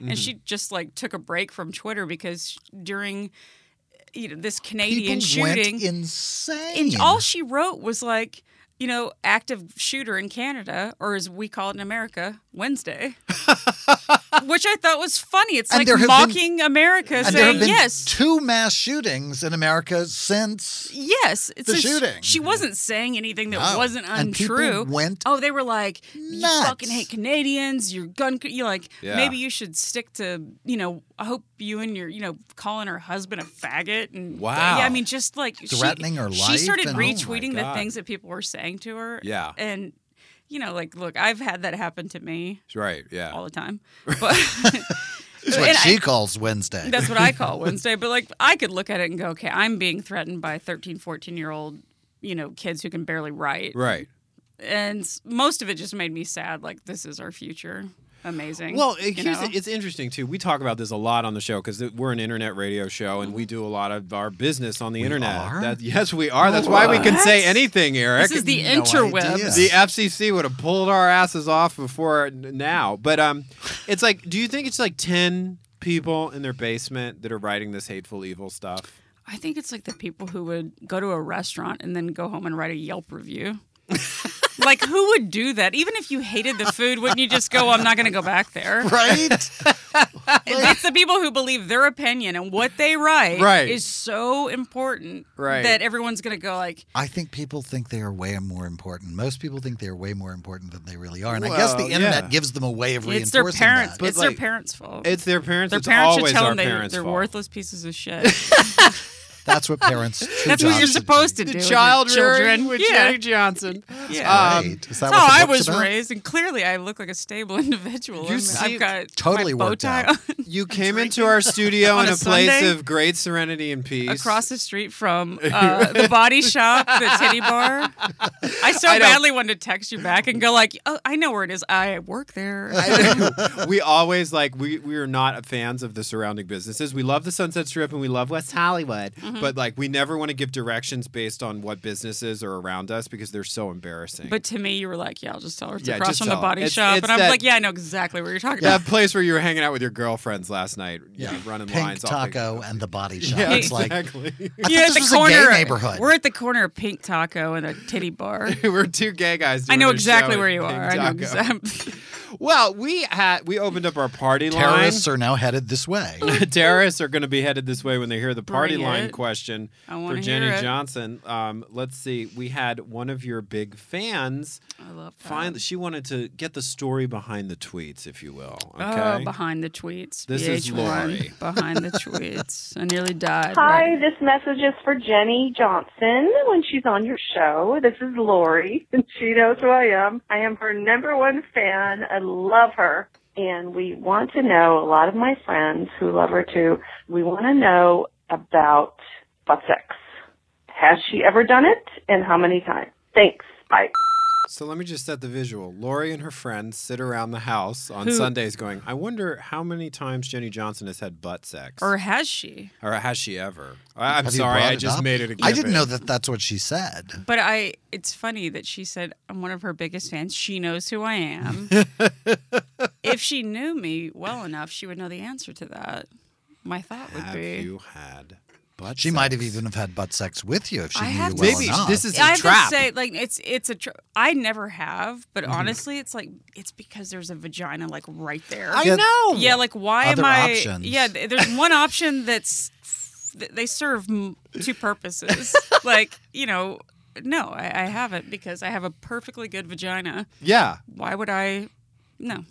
[SPEAKER 7] Mm-hmm.
[SPEAKER 10] and she just like took a break from Twitter because during, you know, this Canadian
[SPEAKER 7] People
[SPEAKER 10] shooting,
[SPEAKER 7] went insane.
[SPEAKER 10] and all she wrote was like, you know, active shooter in Canada, or as we call it in America, Wednesday, which I thought was funny. It's
[SPEAKER 7] And there
[SPEAKER 10] like
[SPEAKER 7] have
[SPEAKER 10] mocking America,
[SPEAKER 7] and there
[SPEAKER 10] saying
[SPEAKER 7] have been
[SPEAKER 10] yes,
[SPEAKER 7] two mass shootings in America since.
[SPEAKER 10] Yes, it's
[SPEAKER 7] The
[SPEAKER 10] just-
[SPEAKER 7] shooting.
[SPEAKER 10] She wasn't saying anything that
[SPEAKER 7] No.
[SPEAKER 10] wasn't
[SPEAKER 7] And people
[SPEAKER 10] untrue.
[SPEAKER 7] went
[SPEAKER 10] oh, they were like,
[SPEAKER 7] nuts.
[SPEAKER 10] "You fucking hate Canadians. You're gun. You like
[SPEAKER 5] Yeah.
[SPEAKER 10] maybe you should stick to you know. I hope you and your you know calling her husband a faggot and
[SPEAKER 5] Wow.
[SPEAKER 10] Yeah, I mean, just like she-
[SPEAKER 7] Threatening her
[SPEAKER 10] She
[SPEAKER 7] life
[SPEAKER 10] started
[SPEAKER 7] and- oh my
[SPEAKER 10] retweeting the
[SPEAKER 5] God.
[SPEAKER 10] things that people were saying to her.
[SPEAKER 5] Yeah.
[SPEAKER 10] and you know, like, look, I've had that happen to me
[SPEAKER 5] right. Yeah.
[SPEAKER 10] all the time, but.
[SPEAKER 7] That's what
[SPEAKER 10] And I-
[SPEAKER 7] she calls Wednesday.
[SPEAKER 10] that's what I call Wednesday. But like, I could look at it and go, okay, I'm being threatened by 13, 14 year old, you know, kids who can barely write.
[SPEAKER 5] Right.
[SPEAKER 10] and s- most of it just made me sad. Like this is our future. Amazing.
[SPEAKER 5] Well,
[SPEAKER 10] you
[SPEAKER 5] it- here's
[SPEAKER 10] know?
[SPEAKER 5] it's interesting too. We talk about this a lot on the show because we're an internet radio show and we do a lot of our business on the internet. That- yes, we are. That's why we can say anything, Eric.
[SPEAKER 10] This is the interwebs.
[SPEAKER 5] The FCC would have pulled our asses off before n- now. But um, it's like, do you think it's like ten people in their basement that are writing this hateful, evil stuff?
[SPEAKER 10] I think it's like the people who would go to a restaurant and then go home and write a Yelp review. like who would do that? Even if you hated the food, wouldn't you just go, "I'm not going to go back there"?
[SPEAKER 7] Right?
[SPEAKER 10] It's the people who believe their opinion and what they write
[SPEAKER 5] Right.
[SPEAKER 10] is so important
[SPEAKER 5] Right.
[SPEAKER 10] that everyone's going to go like,
[SPEAKER 7] I think people think they are way more important. Most people think they are way more important than they really are, and I guess the
[SPEAKER 5] Well,
[SPEAKER 7] internet
[SPEAKER 5] yeah.
[SPEAKER 7] gives them a way of
[SPEAKER 10] "It's
[SPEAKER 7] reinforcing
[SPEAKER 10] their parents.
[SPEAKER 7] that.
[SPEAKER 10] it's
[SPEAKER 5] like,
[SPEAKER 10] their parents' fault.
[SPEAKER 5] It's their parents.
[SPEAKER 10] their
[SPEAKER 5] it's
[SPEAKER 10] parents should
[SPEAKER 5] always
[SPEAKER 10] tell
[SPEAKER 5] our
[SPEAKER 10] them they,
[SPEAKER 5] parents'
[SPEAKER 10] they're
[SPEAKER 5] fault.
[SPEAKER 10] worthless pieces of shit."
[SPEAKER 7] That's what parents. true
[SPEAKER 10] That's what
[SPEAKER 7] jobs
[SPEAKER 10] you're
[SPEAKER 7] should
[SPEAKER 10] supposed to
[SPEAKER 7] do.
[SPEAKER 5] The
[SPEAKER 10] do. with your
[SPEAKER 5] child
[SPEAKER 10] children.
[SPEAKER 5] rearing with
[SPEAKER 10] yeah.
[SPEAKER 5] Jenny Johnson.
[SPEAKER 10] yeah.
[SPEAKER 5] Um,
[SPEAKER 7] Right. Is
[SPEAKER 10] That's
[SPEAKER 7] that
[SPEAKER 10] how
[SPEAKER 7] what the
[SPEAKER 10] I
[SPEAKER 7] book's
[SPEAKER 10] was
[SPEAKER 7] about?
[SPEAKER 10] raised, and clearly I look like a stable individual.
[SPEAKER 5] You
[SPEAKER 10] I'm-
[SPEAKER 5] see-
[SPEAKER 10] I've got
[SPEAKER 7] Totally
[SPEAKER 10] my bow
[SPEAKER 7] worked
[SPEAKER 10] tie
[SPEAKER 7] out.
[SPEAKER 10] on.
[SPEAKER 5] You came into our studio
[SPEAKER 10] on
[SPEAKER 5] in a,
[SPEAKER 10] a
[SPEAKER 5] place
[SPEAKER 10] Sunday?
[SPEAKER 5] of great serenity and peace.
[SPEAKER 10] across the street from uh, the body shop, the titty bar. I so
[SPEAKER 5] I don't-
[SPEAKER 10] badly wanted to text you back and go like, "Oh, I know where it is. I work there."
[SPEAKER 5] we always like we we are not fans of the surrounding businesses. We love the Sunset Strip and we love West Hollywood, but like we never want to give directions based on what businesses are around us because they're so embarrassing.
[SPEAKER 10] But to me, you were like, "Yeah, I'll just tell her it's
[SPEAKER 5] Yeah, just
[SPEAKER 10] across from the
[SPEAKER 5] tell her.
[SPEAKER 10] body
[SPEAKER 5] It's-
[SPEAKER 10] shop,"
[SPEAKER 5] it's
[SPEAKER 10] and I'm
[SPEAKER 5] that-
[SPEAKER 10] like, "Yeah, I know exactly where you're talking
[SPEAKER 5] that
[SPEAKER 10] about."
[SPEAKER 5] place where you were hanging out with your girlfriends last night, yeah, running
[SPEAKER 7] Pink
[SPEAKER 5] lines. all
[SPEAKER 7] taco and the body shop.
[SPEAKER 5] Yeah,
[SPEAKER 7] it's like
[SPEAKER 5] exactly.
[SPEAKER 7] I
[SPEAKER 10] You're
[SPEAKER 7] thought
[SPEAKER 10] at
[SPEAKER 7] this
[SPEAKER 10] the
[SPEAKER 7] was a
[SPEAKER 10] corner.
[SPEAKER 7] gay neighborhood.
[SPEAKER 10] We're at the corner of Pink Taco and a titty bar.
[SPEAKER 5] we're two gay guys.
[SPEAKER 10] I
[SPEAKER 5] doing
[SPEAKER 10] know
[SPEAKER 5] a show
[SPEAKER 10] exactly
[SPEAKER 5] at
[SPEAKER 10] where you
[SPEAKER 5] Pink
[SPEAKER 10] are. I know
[SPEAKER 5] Taco.
[SPEAKER 10] exactly.
[SPEAKER 5] Well, we had we opened up our party line.
[SPEAKER 7] terrorists are now headed this way.
[SPEAKER 5] terrorists are going to be headed this way when they hear the party
[SPEAKER 10] Bring
[SPEAKER 5] line
[SPEAKER 10] it.
[SPEAKER 5] question
[SPEAKER 10] I
[SPEAKER 5] for
[SPEAKER 10] wanna
[SPEAKER 5] Jenny
[SPEAKER 10] hear it.
[SPEAKER 5] Johnson. Um, let's see. We had one of your big fans.
[SPEAKER 10] I love that.
[SPEAKER 5] Finally, she wanted to get the story behind the tweets, if you will. Okay.
[SPEAKER 10] Oh, behind the tweets.
[SPEAKER 5] This is
[SPEAKER 10] VH1,
[SPEAKER 5] Lori.
[SPEAKER 10] Behind the tweets. I nearly died. right
[SPEAKER 11] Hi, this message is for Jenny Johnson when she's on your show. This is Lori, and she knows who I am. I am her number one fan. I love her. And we want to know, a lot of my friends who love her too, we want to know about butt sex. Has she ever done it, and how many times? Thanks. Bye.
[SPEAKER 5] So let me just set the visual. Lori and her friends sit around the house on
[SPEAKER 10] Who-
[SPEAKER 5] Sundays going, I wonder how many times Jenny Johnson has had butt sex.
[SPEAKER 10] Or has she?
[SPEAKER 5] Or has she ever? I, I'm
[SPEAKER 7] Have you
[SPEAKER 5] sorry,
[SPEAKER 7] brought
[SPEAKER 5] I
[SPEAKER 7] it
[SPEAKER 5] just
[SPEAKER 7] up?
[SPEAKER 5] made it a
[SPEAKER 7] I didn't
[SPEAKER 5] given.
[SPEAKER 7] know that that's what she said.
[SPEAKER 10] But I it's funny that she said I'm one of her biggest fans. She knows who I am. if she knew me well enough, she would know the answer to that. My thought would
[SPEAKER 5] Have
[SPEAKER 10] be
[SPEAKER 5] you had butt
[SPEAKER 7] She
[SPEAKER 5] sex?
[SPEAKER 7] might have even have had butt sex with you if she
[SPEAKER 10] I
[SPEAKER 7] knew
[SPEAKER 10] have
[SPEAKER 7] you
[SPEAKER 10] to
[SPEAKER 7] well
[SPEAKER 5] Maybe
[SPEAKER 7] enough.
[SPEAKER 5] this is a
[SPEAKER 10] I have
[SPEAKER 5] trap.
[SPEAKER 10] to say, like it's it's a. Tr- I never have,
[SPEAKER 5] Mm-hmm.
[SPEAKER 10] but honestly, it's like it's because there's a vagina like right there.
[SPEAKER 5] I know.
[SPEAKER 10] Yeah, like why
[SPEAKER 7] Other
[SPEAKER 10] am I?
[SPEAKER 7] options.
[SPEAKER 10] Yeah, th- there's one option that's th- they serve m- two purposes. like you know, no, I, I haven't because I have a perfectly good vagina.
[SPEAKER 5] Yeah.
[SPEAKER 10] Why would I? No,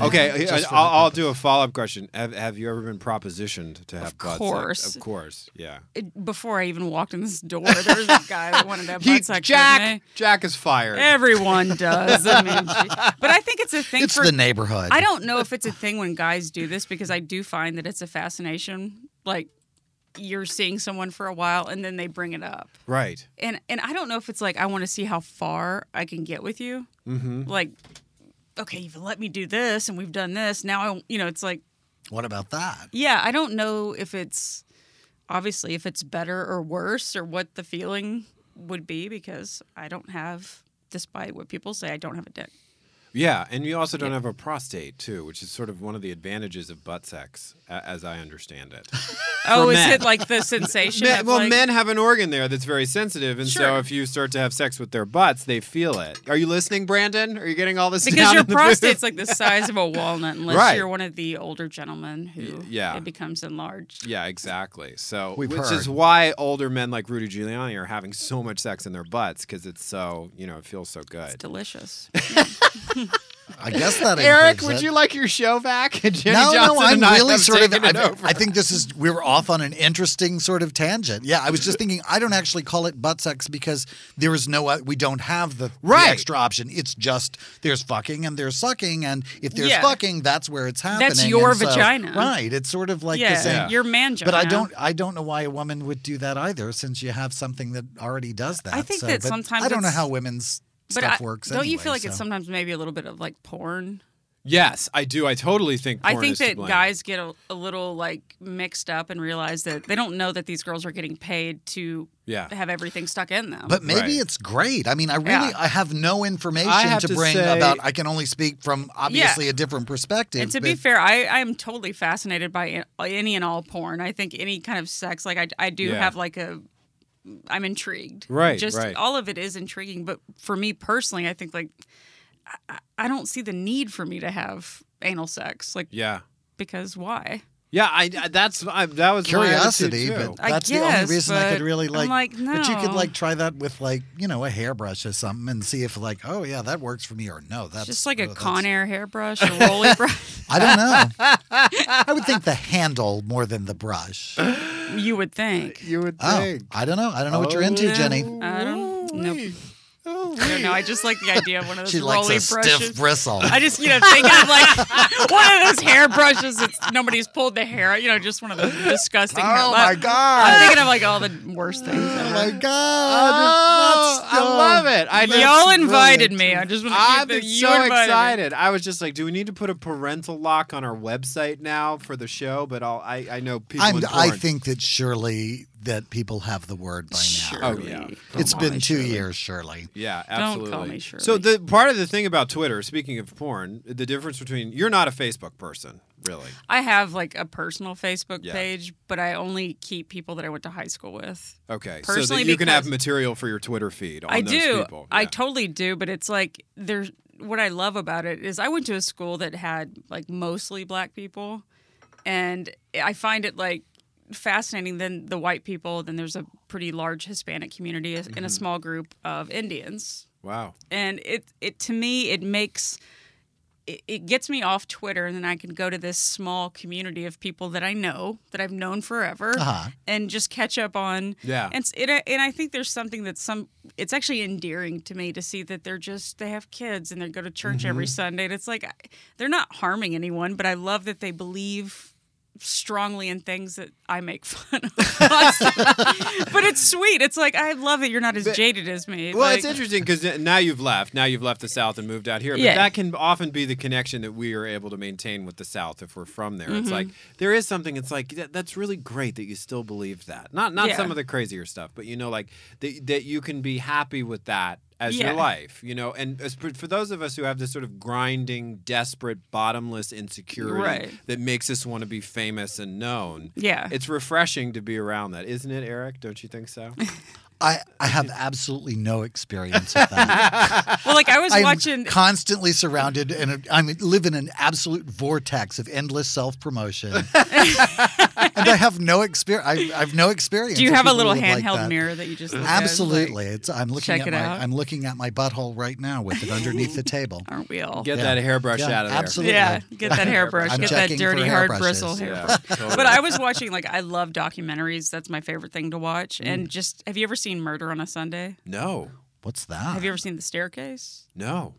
[SPEAKER 5] Okay, I-
[SPEAKER 7] Just for that
[SPEAKER 5] I'll, I'll do a follow up question. Have, have you ever been propositioned to have butt sex?
[SPEAKER 10] course.
[SPEAKER 5] Of course, yeah.
[SPEAKER 10] It- before I even walked in this door, there was a guy that wanted to have butt sex with
[SPEAKER 5] Jack,
[SPEAKER 10] me.
[SPEAKER 5] Jack is fired.
[SPEAKER 10] Everyone does. I mean, gee. but I think it's a thing
[SPEAKER 7] It's
[SPEAKER 10] for
[SPEAKER 7] the neighborhood.
[SPEAKER 10] I don't know if it's a thing when guys do this because I do find that it's a fascination. Like you're seeing someone for a while and then they bring it up.
[SPEAKER 5] right.
[SPEAKER 10] And and I don't know if it's like I want to see how far I can get with you. Mm-hmm. Like okay, you've let me do this and we've done this. Now I you know it's like
[SPEAKER 7] What about that?
[SPEAKER 10] yeah, I don't know if it's obviously if it's better or worse or what the feeling would be because I don't have despite what people say I don't have a dick.
[SPEAKER 5] Yeah, and you also don't have a prostate, too, which is sort of one of the advantages of butt sex, a- as I understand it.
[SPEAKER 10] Oh, is
[SPEAKER 5] men.
[SPEAKER 10] it like the sensation?
[SPEAKER 5] Men-
[SPEAKER 10] of,
[SPEAKER 5] well,
[SPEAKER 10] like-
[SPEAKER 5] men have an organ there that's very sensitive, and so
[SPEAKER 10] Sure.
[SPEAKER 5] if you start to have sex with their butts, they feel it. Are you listening, Brandon? Are you getting all this
[SPEAKER 10] Because
[SPEAKER 5] down
[SPEAKER 10] your
[SPEAKER 5] in the booth?
[SPEAKER 10] prostate's like the size of a walnut, unless
[SPEAKER 5] Right.
[SPEAKER 10] you're one of the older gentlemen who
[SPEAKER 5] yeah.
[SPEAKER 10] it becomes enlarged.
[SPEAKER 5] Yeah, exactly. So,
[SPEAKER 7] We've
[SPEAKER 5] which
[SPEAKER 7] heard.
[SPEAKER 5] is why older men like Rudy Giuliani are having so much sex in their butts because it's so you know it feels so
[SPEAKER 10] It's
[SPEAKER 5] good.
[SPEAKER 10] delicious.
[SPEAKER 7] I guess that
[SPEAKER 5] Eric,
[SPEAKER 7] improves
[SPEAKER 5] would
[SPEAKER 7] it.
[SPEAKER 5] you like your show back? And Jenny
[SPEAKER 7] No,
[SPEAKER 5] Johnson
[SPEAKER 7] no, I'm
[SPEAKER 5] and I
[SPEAKER 7] really
[SPEAKER 5] have
[SPEAKER 7] sort of.
[SPEAKER 5] taken it
[SPEAKER 7] I,
[SPEAKER 5] over.
[SPEAKER 7] I think this is we were off on an interesting sort of tangent. Yeah, I was just thinking. I don't actually call it butt sex because there is no. o- We don't have the, the
[SPEAKER 5] Right.
[SPEAKER 7] extra option. It's just there's fucking and there's sucking, and if there's
[SPEAKER 10] Yeah.
[SPEAKER 7] fucking, that's where it's happening.
[SPEAKER 10] your
[SPEAKER 7] and so-
[SPEAKER 10] vagina.
[SPEAKER 7] right? It's sort of like the
[SPEAKER 10] yeah,
[SPEAKER 7] same.
[SPEAKER 10] your man
[SPEAKER 7] But I don't. I don't know why a woman would do that either, since you have something that already does that.
[SPEAKER 10] I think
[SPEAKER 7] so,
[SPEAKER 10] that
[SPEAKER 7] uh, but
[SPEAKER 10] sometimes
[SPEAKER 7] I don't know
[SPEAKER 10] it's-
[SPEAKER 7] how women's stuff works.
[SPEAKER 10] Don't you
[SPEAKER 7] anyway,
[SPEAKER 10] feel like
[SPEAKER 7] so.
[SPEAKER 10] it's sometimes maybe a little bit of like porn?
[SPEAKER 5] Yes, I do. I totally think.
[SPEAKER 10] I
[SPEAKER 5] porn
[SPEAKER 10] think
[SPEAKER 5] is to
[SPEAKER 10] that
[SPEAKER 5] blame.
[SPEAKER 10] guys get a, a little like mixed up and realize that they don't know that these girls are getting paid to
[SPEAKER 5] Yeah.
[SPEAKER 10] have everything stuck in them.
[SPEAKER 7] But maybe it's great. I mean, I really
[SPEAKER 10] Yeah.
[SPEAKER 7] I have no information
[SPEAKER 5] I have
[SPEAKER 7] to
[SPEAKER 5] to
[SPEAKER 7] bring
[SPEAKER 5] say-
[SPEAKER 7] about. I can only speak from obviously a different perspective.
[SPEAKER 10] And to be
[SPEAKER 7] but-
[SPEAKER 10] fair, I, I am totally fascinated by an- any and all porn. I think any kind of sex, like I, I do
[SPEAKER 5] Yeah.
[SPEAKER 10] have like a, I'm intrigued.
[SPEAKER 5] Right,
[SPEAKER 10] Just
[SPEAKER 5] right.
[SPEAKER 10] all of it is intriguing. But for me personally, I think like, I- I, I don't see the need for me to have anal sex. Like,
[SPEAKER 5] Yeah.
[SPEAKER 10] because why?
[SPEAKER 5] Yeah, I, I- that's I, that was my attitude,
[SPEAKER 7] curiosity,
[SPEAKER 5] too.
[SPEAKER 7] but
[SPEAKER 10] I
[SPEAKER 7] that's the only
[SPEAKER 10] guess,
[SPEAKER 7] reason I could
[SPEAKER 10] but
[SPEAKER 7] really
[SPEAKER 10] I'm
[SPEAKER 7] like.
[SPEAKER 10] like,
[SPEAKER 7] But you could
[SPEAKER 10] no.
[SPEAKER 7] like try that with like you know a hairbrush or something and see if like oh yeah that works for me or no that's
[SPEAKER 10] It's just like
[SPEAKER 7] oh,
[SPEAKER 10] a
[SPEAKER 7] that's-
[SPEAKER 10] Con Air hairbrush, a rolly brush.
[SPEAKER 7] I don't know. I would think the handle more than the brush.
[SPEAKER 10] You would think. Oh,
[SPEAKER 5] You would
[SPEAKER 7] Oh, I don't know. I don't know what you're into, Jenny.
[SPEAKER 10] I don't. Nope.
[SPEAKER 5] oh,
[SPEAKER 10] I don't know. I just like the idea of one of those
[SPEAKER 7] She likes
[SPEAKER 10] rolly
[SPEAKER 7] a
[SPEAKER 10] brushes.
[SPEAKER 7] stiff bristle.
[SPEAKER 10] I just, you know, thinking of like one of those hair brushes that nobody's pulled the hair out. You know, just one of those disgusting. hair-
[SPEAKER 7] Oh,
[SPEAKER 10] but
[SPEAKER 7] my God.
[SPEAKER 10] I'm thinking of like all the worst things.
[SPEAKER 7] Oh
[SPEAKER 10] ever.
[SPEAKER 7] my god!
[SPEAKER 5] Oh, I love it. I just-
[SPEAKER 10] Y'all invited me. I just want to keep
[SPEAKER 5] I've
[SPEAKER 10] the,
[SPEAKER 5] been
[SPEAKER 10] you
[SPEAKER 5] so
[SPEAKER 10] invited me.
[SPEAKER 5] excited. I was just like, do we need to put a parental lock on our website now for the show? But I'll, I I know people.
[SPEAKER 7] I'm,
[SPEAKER 5] in
[SPEAKER 7] I
[SPEAKER 5] porn-
[SPEAKER 7] think that surely that people have the word by now.
[SPEAKER 5] Oh yeah.
[SPEAKER 7] It's
[SPEAKER 5] Come
[SPEAKER 7] been
[SPEAKER 5] on,
[SPEAKER 7] two
[SPEAKER 5] Shirley.
[SPEAKER 7] years, Shirley.
[SPEAKER 5] Yeah,
[SPEAKER 10] Don't
[SPEAKER 5] absolutely.
[SPEAKER 10] call me
[SPEAKER 5] So
[SPEAKER 10] Shirley.
[SPEAKER 5] the part of the thing about Twitter, speaking of porn, the difference between you're not a Facebook person, really.
[SPEAKER 10] I have like a personal Facebook
[SPEAKER 5] Yeah.
[SPEAKER 10] page, but I only keep people that I went to high school with.
[SPEAKER 5] Okay, so that
[SPEAKER 10] Personally,
[SPEAKER 5] you can have
[SPEAKER 10] because-
[SPEAKER 5] material for your Twitter feed. On
[SPEAKER 10] I
[SPEAKER 5] those
[SPEAKER 10] do.
[SPEAKER 5] People.
[SPEAKER 10] I
[SPEAKER 5] Yeah.
[SPEAKER 10] totally do, but it's like there's what I love about it is I went to a school that had like mostly black people and I find it like fascinating then the white people then there's a pretty large Hispanic community and
[SPEAKER 5] Mm-hmm.
[SPEAKER 10] a small group of Indians.
[SPEAKER 5] wow.
[SPEAKER 10] And it it to me it makes it, it gets me off Twitter and then I can go to this small community of people that I know that I've known forever
[SPEAKER 7] Uh-huh.
[SPEAKER 10] and just catch up on
[SPEAKER 5] Yeah.
[SPEAKER 10] and s- it, and I think there's something that's some. It's actually endearing to me to see that they're just they have kids and they go to church
[SPEAKER 5] Mm-hmm.
[SPEAKER 10] every Sunday. And it's like I- they're not harming anyone, but I love that they believe strongly in things that I make fun of. but it's sweet. It's like I love it. You're not as jaded as me.
[SPEAKER 5] Well,
[SPEAKER 10] Like,
[SPEAKER 5] it's interesting because now you've left. Now you've left the South and moved out here. But
[SPEAKER 10] Yeah.
[SPEAKER 5] that can often be the connection that we are able to maintain with the South if we're from there. It's like
[SPEAKER 10] Mm-hmm.
[SPEAKER 5] there is something. It's like that, that's really great that you still believe that. Not not
[SPEAKER 10] Yeah.
[SPEAKER 5] some of the crazier stuff, but you know, like that that you can be happy with that as
[SPEAKER 10] Yeah.
[SPEAKER 5] your life. You know, and as, for for those of us who have this sort of grinding, desperate, bottomless insecurity
[SPEAKER 10] Right.
[SPEAKER 5] that makes us want to be famous and known.
[SPEAKER 10] Yeah.
[SPEAKER 5] It's refreshing to be around that, isn't it, Eric? Don't you think so?
[SPEAKER 7] I, I have absolutely no experience with that.
[SPEAKER 10] well, like I was
[SPEAKER 7] I'm
[SPEAKER 10] watching.
[SPEAKER 7] constantly surrounded, and I live in an absolute vortex of endless self promotion. and I have no experience. I, I've no experience.
[SPEAKER 10] do you
[SPEAKER 7] with
[SPEAKER 10] have a
[SPEAKER 7] people who
[SPEAKER 10] little
[SPEAKER 7] would like
[SPEAKER 10] handheld
[SPEAKER 7] that. Mm-hmm.
[SPEAKER 10] mirror that you just look at? Like,
[SPEAKER 7] Absolutely, it's. I'm looking
[SPEAKER 10] check
[SPEAKER 7] at
[SPEAKER 10] it
[SPEAKER 7] my.
[SPEAKER 10] out?
[SPEAKER 7] I'm looking at my butthole right now with it underneath the table.
[SPEAKER 10] aren't we all?
[SPEAKER 5] Get
[SPEAKER 7] Yeah.
[SPEAKER 5] that hairbrush
[SPEAKER 7] Yeah,
[SPEAKER 5] out of there.
[SPEAKER 7] absolutely.
[SPEAKER 10] Yeah, get that hairbrush,
[SPEAKER 7] I'm
[SPEAKER 10] get that
[SPEAKER 7] checking for
[SPEAKER 10] dirty hard
[SPEAKER 7] hairbrushes.
[SPEAKER 10] bristle
[SPEAKER 7] Yeah,
[SPEAKER 10] hairbrush.
[SPEAKER 5] totally.
[SPEAKER 10] But I was watching like I love documentaries. That's my favorite thing to watch.
[SPEAKER 7] Mm.
[SPEAKER 10] And just have you ever seen Murder on a Sunday?
[SPEAKER 5] No,
[SPEAKER 7] What's that?
[SPEAKER 10] Have you ever seen The Staircase?
[SPEAKER 5] no.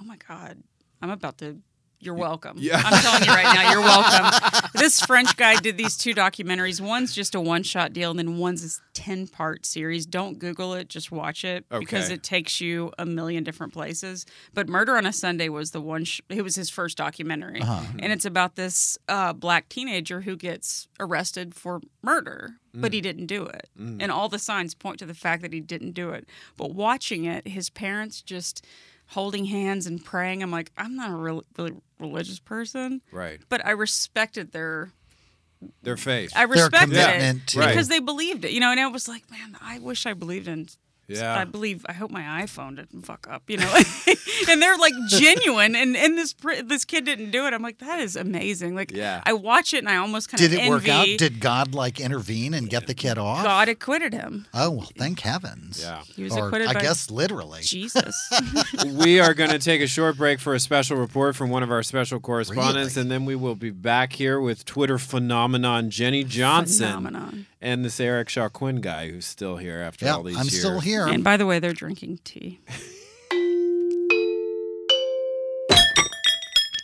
[SPEAKER 10] Oh my God, I'm about to. You're welcome. I'm telling you right now, you're welcome. this French guy did these two documentaries. One's just a one shot deal, and then one's this 10 part series. Don't Google it, just watch it because
[SPEAKER 5] Okay.
[SPEAKER 10] it takes you a million different places. But Murder on a Sunday was the one, sh- it was his first documentary. And it's about this uh, black teenager who gets arrested for murder, but he didn't do it. And all the signs point to the fact that he didn't do it. But watching it, his parents just holding hands and praying. I'm like, I'm not a real, really religious person,
[SPEAKER 5] Right.
[SPEAKER 10] but I respected their
[SPEAKER 5] Their faith.
[SPEAKER 10] I respected
[SPEAKER 7] commitment
[SPEAKER 10] it
[SPEAKER 7] to-
[SPEAKER 10] because they believed it. You know, and I was like, man, I wish I believed in.
[SPEAKER 5] Yeah.
[SPEAKER 10] I believe. I hope my iPhone didn't fuck up. You know, and they're like genuine, and and this pr- this kid didn't do it. I'm like, that is amazing. Like,
[SPEAKER 5] Yeah.
[SPEAKER 10] I watch it and I almost kind
[SPEAKER 7] Did
[SPEAKER 10] of
[SPEAKER 7] it work out?
[SPEAKER 10] envy
[SPEAKER 7] Did God like intervene and get the kid off?
[SPEAKER 10] God acquitted him.
[SPEAKER 7] Oh well, thank heavens.
[SPEAKER 5] Yeah.
[SPEAKER 10] He was
[SPEAKER 7] or,
[SPEAKER 10] acquitted
[SPEAKER 7] I
[SPEAKER 10] by-
[SPEAKER 7] guess literally.
[SPEAKER 10] Jesus.
[SPEAKER 5] we are going to take a short break for a special report from one of our special correspondents,
[SPEAKER 7] Really?
[SPEAKER 5] and then we will be back here with Twitter phenomenon Jenny Johnson
[SPEAKER 10] Phenomenon.
[SPEAKER 5] and this Eric Shaw Quinn guy who's still here after
[SPEAKER 7] Yeah,
[SPEAKER 5] all these
[SPEAKER 7] I'm
[SPEAKER 5] years.
[SPEAKER 7] still here.
[SPEAKER 10] and by the way, they're drinking tea.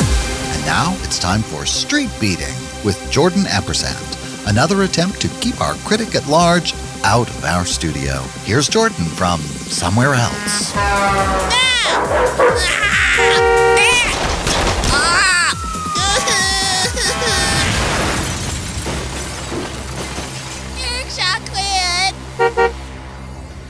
[SPEAKER 7] And now it's time for Street Beating with Jordan Ampersand, another attempt to keep our critic at large out of our studio. Here's Jordan from somewhere else.
[SPEAKER 9] Dark chocolate.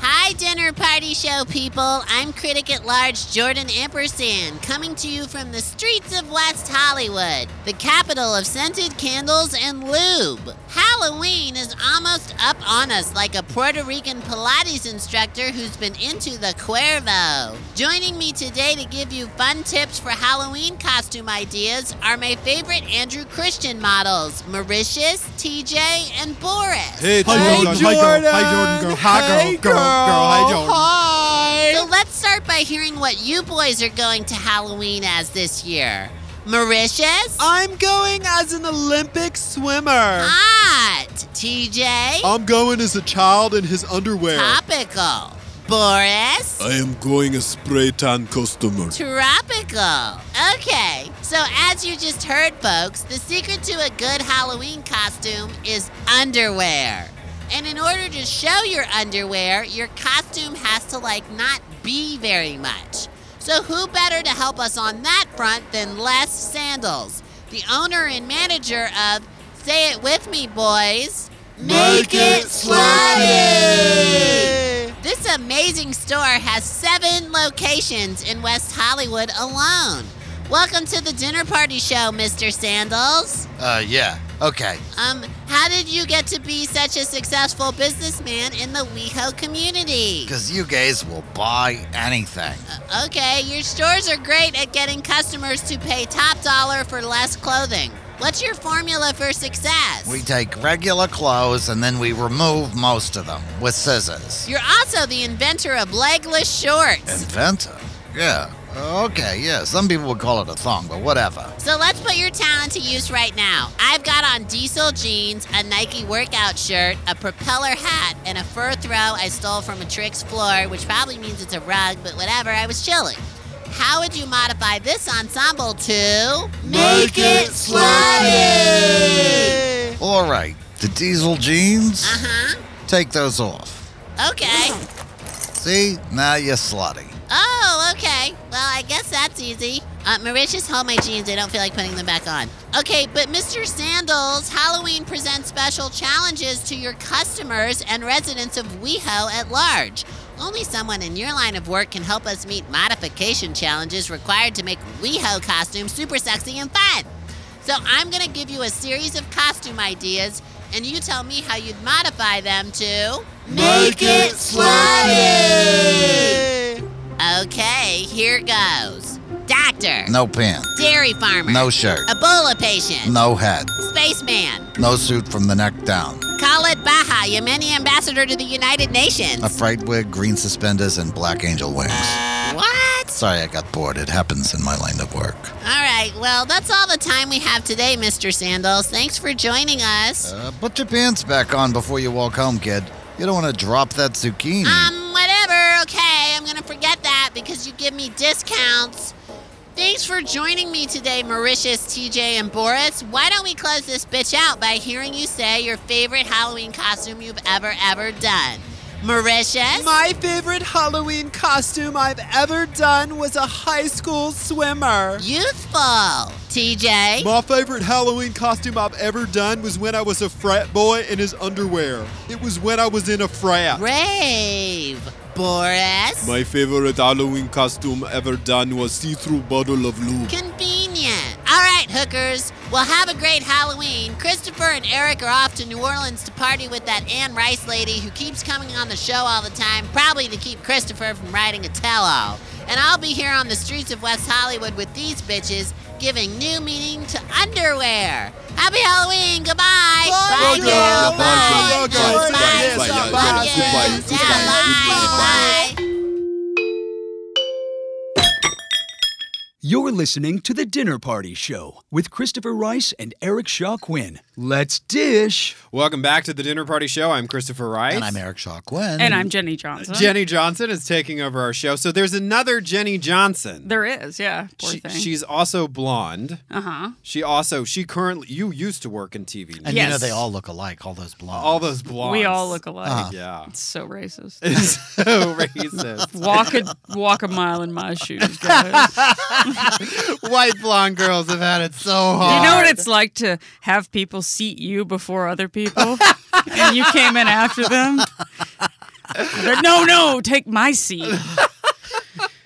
[SPEAKER 9] Hi, dinner party show people. I'm critic at large Jordan Ampersand, coming to you from the streets of West Hollywood, the capital of scented candles and lube. Halloween is almost up on us, like a Puerto Rican Pilates instructor who's been into the Cuervo. Joining me today to give you fun tips for Halloween costume ideas are my favorite Andrew Christian models, Mauritius, TJ, and Boris.
[SPEAKER 8] Hey, Jordan. Hi, Jordan. Hi, Jordan. Hi, girl. Hi, girl. Girl.
[SPEAKER 12] Oh,
[SPEAKER 8] Hi, Jordan.
[SPEAKER 9] Hi. So let's start by hearing what you boys are going to Halloween as this year. Mauritius?
[SPEAKER 8] I'm going as an Olympic swimmer.
[SPEAKER 9] Hot. TJ?
[SPEAKER 8] I'm going as a child in his
[SPEAKER 12] Oh,
[SPEAKER 8] underwear.
[SPEAKER 9] Topical. Boris?
[SPEAKER 12] I am going a spray tan customer.
[SPEAKER 9] Tropical. Okay, so as you just heard, folks, the secret to a good Halloween costume is underwear. And in order to show your underwear, your costume has to, like, not be very much. So, who better to help us on that front than Les Sandals, the owner and manager of Say It With Me Boys?
[SPEAKER 12] Make it slutty!
[SPEAKER 9] This amazing store has seven locations in West Hollywood alone. Welcome to the dinner party show, Mr. Sandals.
[SPEAKER 13] Uh, yeah. Okay.
[SPEAKER 9] Um, how did you get to be such a successful businessman in the WeHo community?
[SPEAKER 13] Because you guys will buy anything.
[SPEAKER 9] Okay, your stores are great at getting customers to pay top dollar for less clothing. What's your formula for success?
[SPEAKER 13] We take regular clothes and then we remove most of them with scissors.
[SPEAKER 9] You're also the inventor of legless shorts.
[SPEAKER 13] Inventor? Yeah. Okay, yeah. Some people would call it a thong, but whatever.
[SPEAKER 9] So let's put your talent to use right now. I've got on diesel jeans, a Nike workout shirt, a propeller hat, and a fur throw I stole from a Trix floor, which probably means it's a rug, but whatever, I was chilling. How would you modify this ensemble to
[SPEAKER 12] Make it slutty!
[SPEAKER 13] All right. The diesel jeans?
[SPEAKER 9] Uh huh.
[SPEAKER 13] Take those off.
[SPEAKER 9] Okay.
[SPEAKER 13] See? Now you're slutty.
[SPEAKER 9] Oh, okay. Well, I guess that's easy. Uh, Mauritius, hold my jeans. I don't feel like putting them back on. Okay, but Mr. Sandals, Halloween presents special challenges to your customers and residents of WeHo at large. Only someone in your line of work can help us meet modification challenges required to make WeHo costumes super sexy and fun. So I'm going to give you a series of costume ideas, and you tell me how you'd modify them to
[SPEAKER 12] Make it slutty!
[SPEAKER 9] Okay, here goes. Doctor.
[SPEAKER 13] No pen.
[SPEAKER 9] Dairy farmer.
[SPEAKER 13] No shirt.
[SPEAKER 9] Ebola patient.
[SPEAKER 13] No head.
[SPEAKER 9] Spaceman.
[SPEAKER 13] No suit from the neck down.
[SPEAKER 9] Khalid Baha, Yemeni ambassador to the United Nations.
[SPEAKER 13] A fright wig, green suspenders, and black angel wings.
[SPEAKER 9] What?
[SPEAKER 13] Sorry, I got bored. It happens in my line of work.
[SPEAKER 9] All right, well, that's all the time we have today, Mr. Sandals. Thanks for joining us.
[SPEAKER 13] Uh, put your pants back on before you walk home, kid. You don't want to drop that
[SPEAKER 8] Hmm.
[SPEAKER 13] zucchini.
[SPEAKER 9] Um, whatever. Okay, I'm gonna forget that because you give me discounts. Thanks for joining me today, Mauritius, TJ, and Boris. Why don't we close this bitch out by hearing you say your favorite Halloween costume you've ever, ever done? Mauritius?
[SPEAKER 8] My favorite Halloween costume I've ever done was a high school swimmer.
[SPEAKER 9] Youthful. TJ?
[SPEAKER 12] My favorite Halloween costume I've ever done was when I was a frat boy in his underwear. It was when I was in a frat.
[SPEAKER 9] Rave. Boris?
[SPEAKER 12] My favorite Halloween costume ever done was see-through bottle of lube.
[SPEAKER 9] Convenient. All right, right, hookers. Well, have a great Halloween. Christopher and Eric are off to New Orleans to party with that Anne Rice lady who keeps coming on the show all the time, probably to keep Christopher from writing a tell all. And I'll be here on the streets of West Hollywood with these bitches, giving new meaning to underwear. Happy Halloween. Goodbye. Bye, girl. Bye, girl. Bye, Bye, girl. Bye, bye.
[SPEAKER 6] You're listening to The Dinner Party Show with Christopher Rice and Eric Shaw Quinn. Let's dish.
[SPEAKER 5] Welcome back to the Dinner Party Show. I'm Christopher Rice.
[SPEAKER 7] And I'm Eric Shaw Quinn.
[SPEAKER 10] And I'm Jenny Johnson.
[SPEAKER 5] Jenny Johnson is taking over our show. So there's another Jenny Johnson.
[SPEAKER 10] There is, yeah. Poor
[SPEAKER 5] She-
[SPEAKER 10] thing.
[SPEAKER 5] she's also blonde.
[SPEAKER 10] uh huh.
[SPEAKER 5] She also she currently you used to work in TV.
[SPEAKER 7] And you know
[SPEAKER 10] Yes.
[SPEAKER 7] they all look alike, all those blondes.
[SPEAKER 5] all those blondes.
[SPEAKER 10] We all look alike.
[SPEAKER 7] Ah.
[SPEAKER 5] Yeah.
[SPEAKER 10] It's so racist.
[SPEAKER 5] Uh-huh. It's so racist.
[SPEAKER 10] walk a walk a mile in my shoes, guys.
[SPEAKER 5] White blonde girls have had it so
[SPEAKER 7] Oh,
[SPEAKER 5] hard.
[SPEAKER 10] Do you know what it's like to have people seat you before other people, and you came in after them? They're, no, no, take my seat.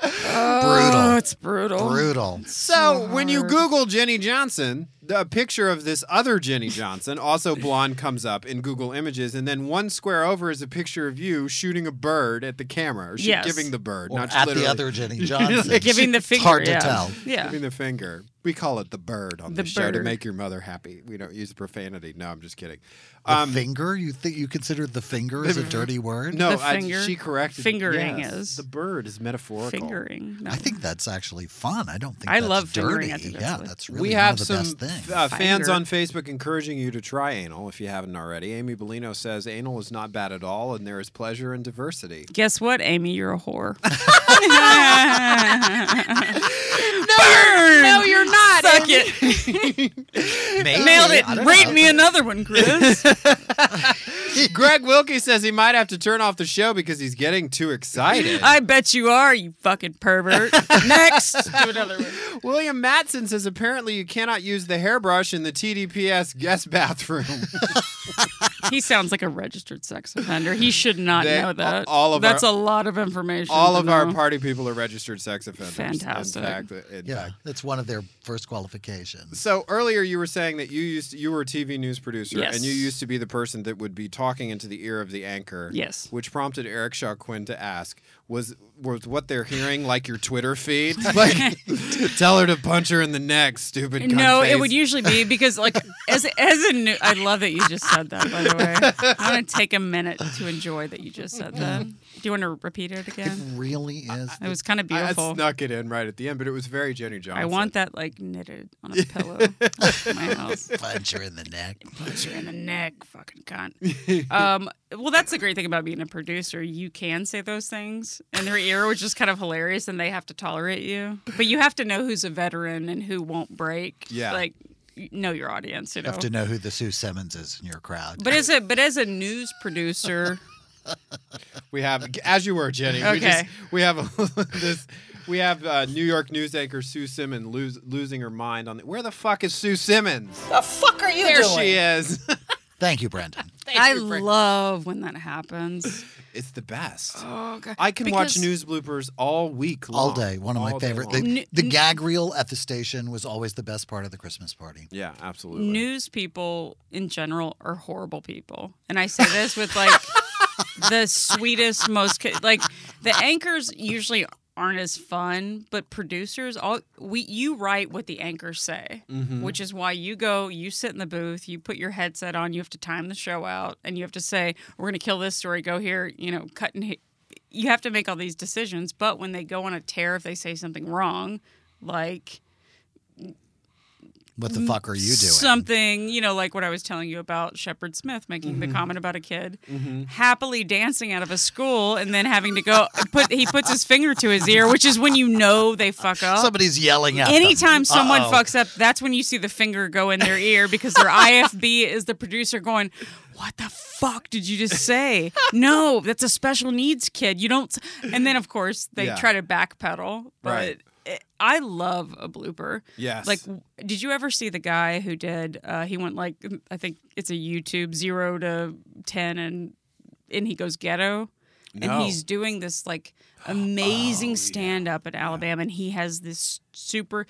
[SPEAKER 7] Brutal.
[SPEAKER 10] Oh, it's brutal.
[SPEAKER 7] Brutal.
[SPEAKER 5] So when you Google Jenny Johnson, the picture of this other Jenny Johnson, also blonde, comes up in Google Images, and then one square over is a picture of you shooting a bird at the camera, or shoot-
[SPEAKER 10] Yes.
[SPEAKER 5] giving the bird,
[SPEAKER 7] Or
[SPEAKER 5] not
[SPEAKER 7] at
[SPEAKER 5] literally.
[SPEAKER 7] the other Jenny Johnson.
[SPEAKER 10] Giving the
[SPEAKER 7] It's
[SPEAKER 10] finger.
[SPEAKER 7] hard to
[SPEAKER 10] yeah.
[SPEAKER 7] tell.
[SPEAKER 10] Yeah.
[SPEAKER 5] Giving the finger. We call it the bird on
[SPEAKER 10] The
[SPEAKER 5] the show to
[SPEAKER 10] bird.
[SPEAKER 5] make your mother happy. We don't use profanity. No, I'm just kidding.
[SPEAKER 7] The
[SPEAKER 5] Um,
[SPEAKER 7] finger? You think you consider the finger as a dirty word?
[SPEAKER 5] no,
[SPEAKER 10] The
[SPEAKER 5] I-
[SPEAKER 10] finger-
[SPEAKER 5] she corrected.
[SPEAKER 10] fingering
[SPEAKER 5] yes,
[SPEAKER 10] is.
[SPEAKER 5] the bird is metaphorical.
[SPEAKER 10] Fingering. No.
[SPEAKER 7] I think that's actually fun. I don't think
[SPEAKER 10] I
[SPEAKER 7] that's
[SPEAKER 10] love
[SPEAKER 7] dirty.
[SPEAKER 10] fingering, I think that's
[SPEAKER 7] yeah,
[SPEAKER 10] what-
[SPEAKER 7] that's really
[SPEAKER 5] we
[SPEAKER 7] one
[SPEAKER 5] have
[SPEAKER 7] of the
[SPEAKER 5] some
[SPEAKER 7] best things.
[SPEAKER 5] uh, fans
[SPEAKER 10] Finder.
[SPEAKER 5] on Facebook encouraging you to try anal if you haven't already. Amy Bellino says anal is not bad at all, and there is pleasure in diversity.
[SPEAKER 10] Guess what, Amy? You're a whore.
[SPEAKER 5] Burn!
[SPEAKER 10] no, you're not. Suck it.
[SPEAKER 7] Maybe.
[SPEAKER 10] Nailed it.
[SPEAKER 7] I don't
[SPEAKER 10] Rate
[SPEAKER 7] know.
[SPEAKER 10] me another one, Chris.
[SPEAKER 5] Greg Wilkie says he might have to turn off the show because he's getting too excited.
[SPEAKER 10] I bet you are, you fucking pervert. Next. Do another one.
[SPEAKER 5] William Matson says apparently you cannot use the hairbrush in the TDPS guest bathroom.
[SPEAKER 10] He sounds like a registered sex offender. He should not
[SPEAKER 5] They-
[SPEAKER 10] know that.
[SPEAKER 5] all of our-
[SPEAKER 10] That's a lot of information.
[SPEAKER 5] All
[SPEAKER 10] to
[SPEAKER 5] of our
[SPEAKER 10] know.
[SPEAKER 5] party people are registered sex offenders. In
[SPEAKER 10] Fantastic.
[SPEAKER 5] fact- in
[SPEAKER 7] Yeah,
[SPEAKER 5] fact.
[SPEAKER 7] that's one of their first qualifications.
[SPEAKER 5] So earlier you were saying that you used you were a TV news producer
[SPEAKER 10] Yes.
[SPEAKER 5] and you used to be the person that would be talking into the ear of the anchor.
[SPEAKER 10] Yes.
[SPEAKER 5] Which prompted Eric Shaw Quinn to ask, was was what they're hearing like your Twitter feed? like tell her to punch her in the neck, stupid cunt
[SPEAKER 10] No,
[SPEAKER 5] face.
[SPEAKER 10] it would usually be because, like, as as a new, I love that you just said that. By the way, I'm gonna take a minute to enjoy that you just said that. Do you want to repeat it again?
[SPEAKER 7] Really is.
[SPEAKER 10] It was kind of
[SPEAKER 5] I
[SPEAKER 10] beautiful.
[SPEAKER 5] snuck it in right at the end, but it was very Jenny Johnson.
[SPEAKER 10] I want that like knitted on a pillow in my house.
[SPEAKER 7] Punch her in the neck.
[SPEAKER 10] Punch her in the neck, fucking cunt. Um, well, that's the great thing about being a producer. You can say those things in their ear, which is kind of hilarious, and they have to tolerate you. But you have to know who's a veteran and who won't break.
[SPEAKER 5] Yeah.
[SPEAKER 10] Like, you know your audience, you
[SPEAKER 7] You
[SPEAKER 10] know.
[SPEAKER 7] have to know who the Sue Simmons is in your crowd.
[SPEAKER 10] But as a but as a news producer,
[SPEAKER 5] We have, as you were, Jenny. We, just,
[SPEAKER 10] Okay.
[SPEAKER 5] we have this. We have uh, New York news anchor Sue Simmons lose, losing her mind on the, where the fuck is Sue Simmons?
[SPEAKER 14] The fuck are you
[SPEAKER 5] There she is.
[SPEAKER 7] Thank you, Brendan.
[SPEAKER 10] I love when that happens.
[SPEAKER 5] it's the best.
[SPEAKER 10] Oh god,
[SPEAKER 5] I can watch
[SPEAKER 10] Because-
[SPEAKER 5] news bloopers all week long.
[SPEAKER 7] All day, one of my
[SPEAKER 5] All day
[SPEAKER 7] favorite.
[SPEAKER 5] long.
[SPEAKER 7] The,
[SPEAKER 10] N-
[SPEAKER 7] the
[SPEAKER 10] n-
[SPEAKER 7] gag reel at the station was always the best part of the Christmas party.
[SPEAKER 5] yeah, absolutely.
[SPEAKER 10] news people in general are horrible people. And I say this with like the sweetest, most ca- like the anchors usually aren't as fun, but producers all we you write what the anchors say, which is why you go, you sit in the booth, you put your headset on, you have to time the show out, and you have to say we're going to kill this story, go here, you know, cut and hit. You have to make all these decisions, but when they go on a tear, if they say something wrong, like
[SPEAKER 7] What the fuck are you doing?
[SPEAKER 10] something, you know, like what I was telling you about Shepard Smith making
[SPEAKER 7] Mm-hmm.
[SPEAKER 10] the comment about a kid happily dancing out of a school and then having to go put he puts his finger to his ear, which is when you know they fuck up.
[SPEAKER 7] Somebody's yelling at them.
[SPEAKER 10] Anytime someone
[SPEAKER 7] Uh-oh.
[SPEAKER 10] fucks up, that's when you see the finger go in their ear because their IFB is the producer going, "What the fuck did you just say? No, that's a special needs kid. You don't." s-" And then of course they
[SPEAKER 5] Yeah.
[SPEAKER 10] try to backpedal, but.
[SPEAKER 5] Right.
[SPEAKER 10] it- I love a blooper.
[SPEAKER 5] Yes.
[SPEAKER 10] Like, w- did you ever see the guy who did? Uh, he went like, I think it's a YouTube zero to ten, and and he goes ghetto,
[SPEAKER 5] No. Oh,
[SPEAKER 10] and he's doing this like amazing stand up in Alabama, and he has this super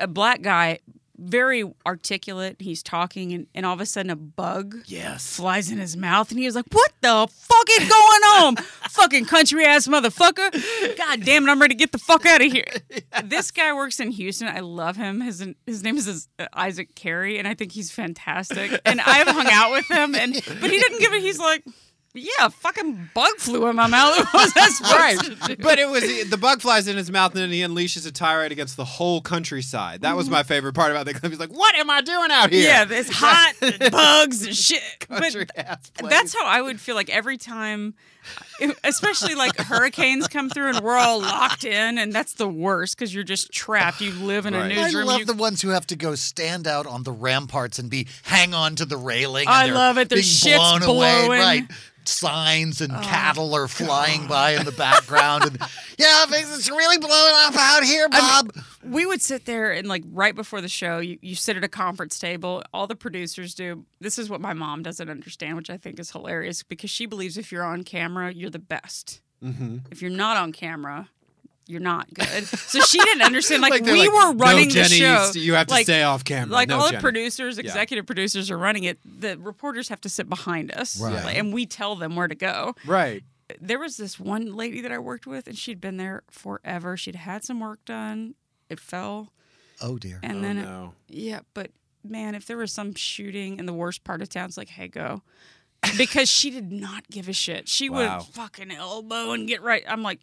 [SPEAKER 10] a black guy very articulate. He's talking, and, and all of a sudden, a bug
[SPEAKER 8] Yes.
[SPEAKER 10] flies in his mouth, and he was like, "What the fuck is going on, fucking country ass motherfucker? God damn it, I'm ready to get the fuck out of here." This guy works in Houston. I love him. His his name is uh, Isaac Carey, and I think he's fantastic. And I've hung out with him, and but he didn't give it. He's like. Yeah, a fucking bug flew in my mouth. What was I supposed to
[SPEAKER 5] right.
[SPEAKER 10] do?
[SPEAKER 5] But it was the bug flies in his mouth, and then he unleashes a tirade against the whole countryside. That
[SPEAKER 10] Mm.
[SPEAKER 5] was my favorite part about the clip. He's like, "What am I doing out here?"
[SPEAKER 10] Yeah, it's hot and bugs and shit. But
[SPEAKER 5] Country ass place.
[SPEAKER 10] that's how I would feel like every time, especially like hurricanes come through and we're all locked in, and that's the worst because you're just trapped. You live in a
[SPEAKER 7] I
[SPEAKER 10] newsroom.
[SPEAKER 7] love
[SPEAKER 10] you-
[SPEAKER 7] the ones who have to go stand out on the ramparts and be hang on to the railing. and
[SPEAKER 10] I
[SPEAKER 7] they're
[SPEAKER 10] love it. Their
[SPEAKER 7] being
[SPEAKER 10] shit's
[SPEAKER 7] blown away,
[SPEAKER 10] blowing. Oh,
[SPEAKER 7] right? Signs and cattle are flying by in the background, and yeah, things is really blowing up out here,
[SPEAKER 10] I mean,
[SPEAKER 7] Bob.
[SPEAKER 10] we would sit there and like right before the show, you, you sit at a conference table. All the producers do. This is what my mom doesn't understand, which I think is hilarious because she believes if you're on camera, you're the best.
[SPEAKER 5] Mhm.
[SPEAKER 10] If you're not on camera, you're not good. So she didn't understand. Like,
[SPEAKER 5] they're
[SPEAKER 10] we
[SPEAKER 5] like,
[SPEAKER 10] were running
[SPEAKER 5] no, Jenny,
[SPEAKER 10] the show.
[SPEAKER 5] You have to
[SPEAKER 10] Like-
[SPEAKER 5] stay off camera.
[SPEAKER 10] Like
[SPEAKER 5] No,
[SPEAKER 10] all
[SPEAKER 5] Jenny.
[SPEAKER 10] the producers,
[SPEAKER 5] Yeah.
[SPEAKER 10] executive producers are running it. The reporters have to sit behind us,
[SPEAKER 5] Right.
[SPEAKER 10] like, and we tell them where to go.
[SPEAKER 5] Right.
[SPEAKER 10] There was this one lady that I worked with, and she'd been there forever. She'd had some work done. It fell,
[SPEAKER 7] Oh dear.
[SPEAKER 10] and
[SPEAKER 7] Oh,
[SPEAKER 10] then
[SPEAKER 7] no.
[SPEAKER 10] yeah. But man, if there was some shooting in the worst part of town, it's like, hey, go. Because she did not give a shit. She
[SPEAKER 8] Wow.
[SPEAKER 10] would fucking elbow and get right. I'm like,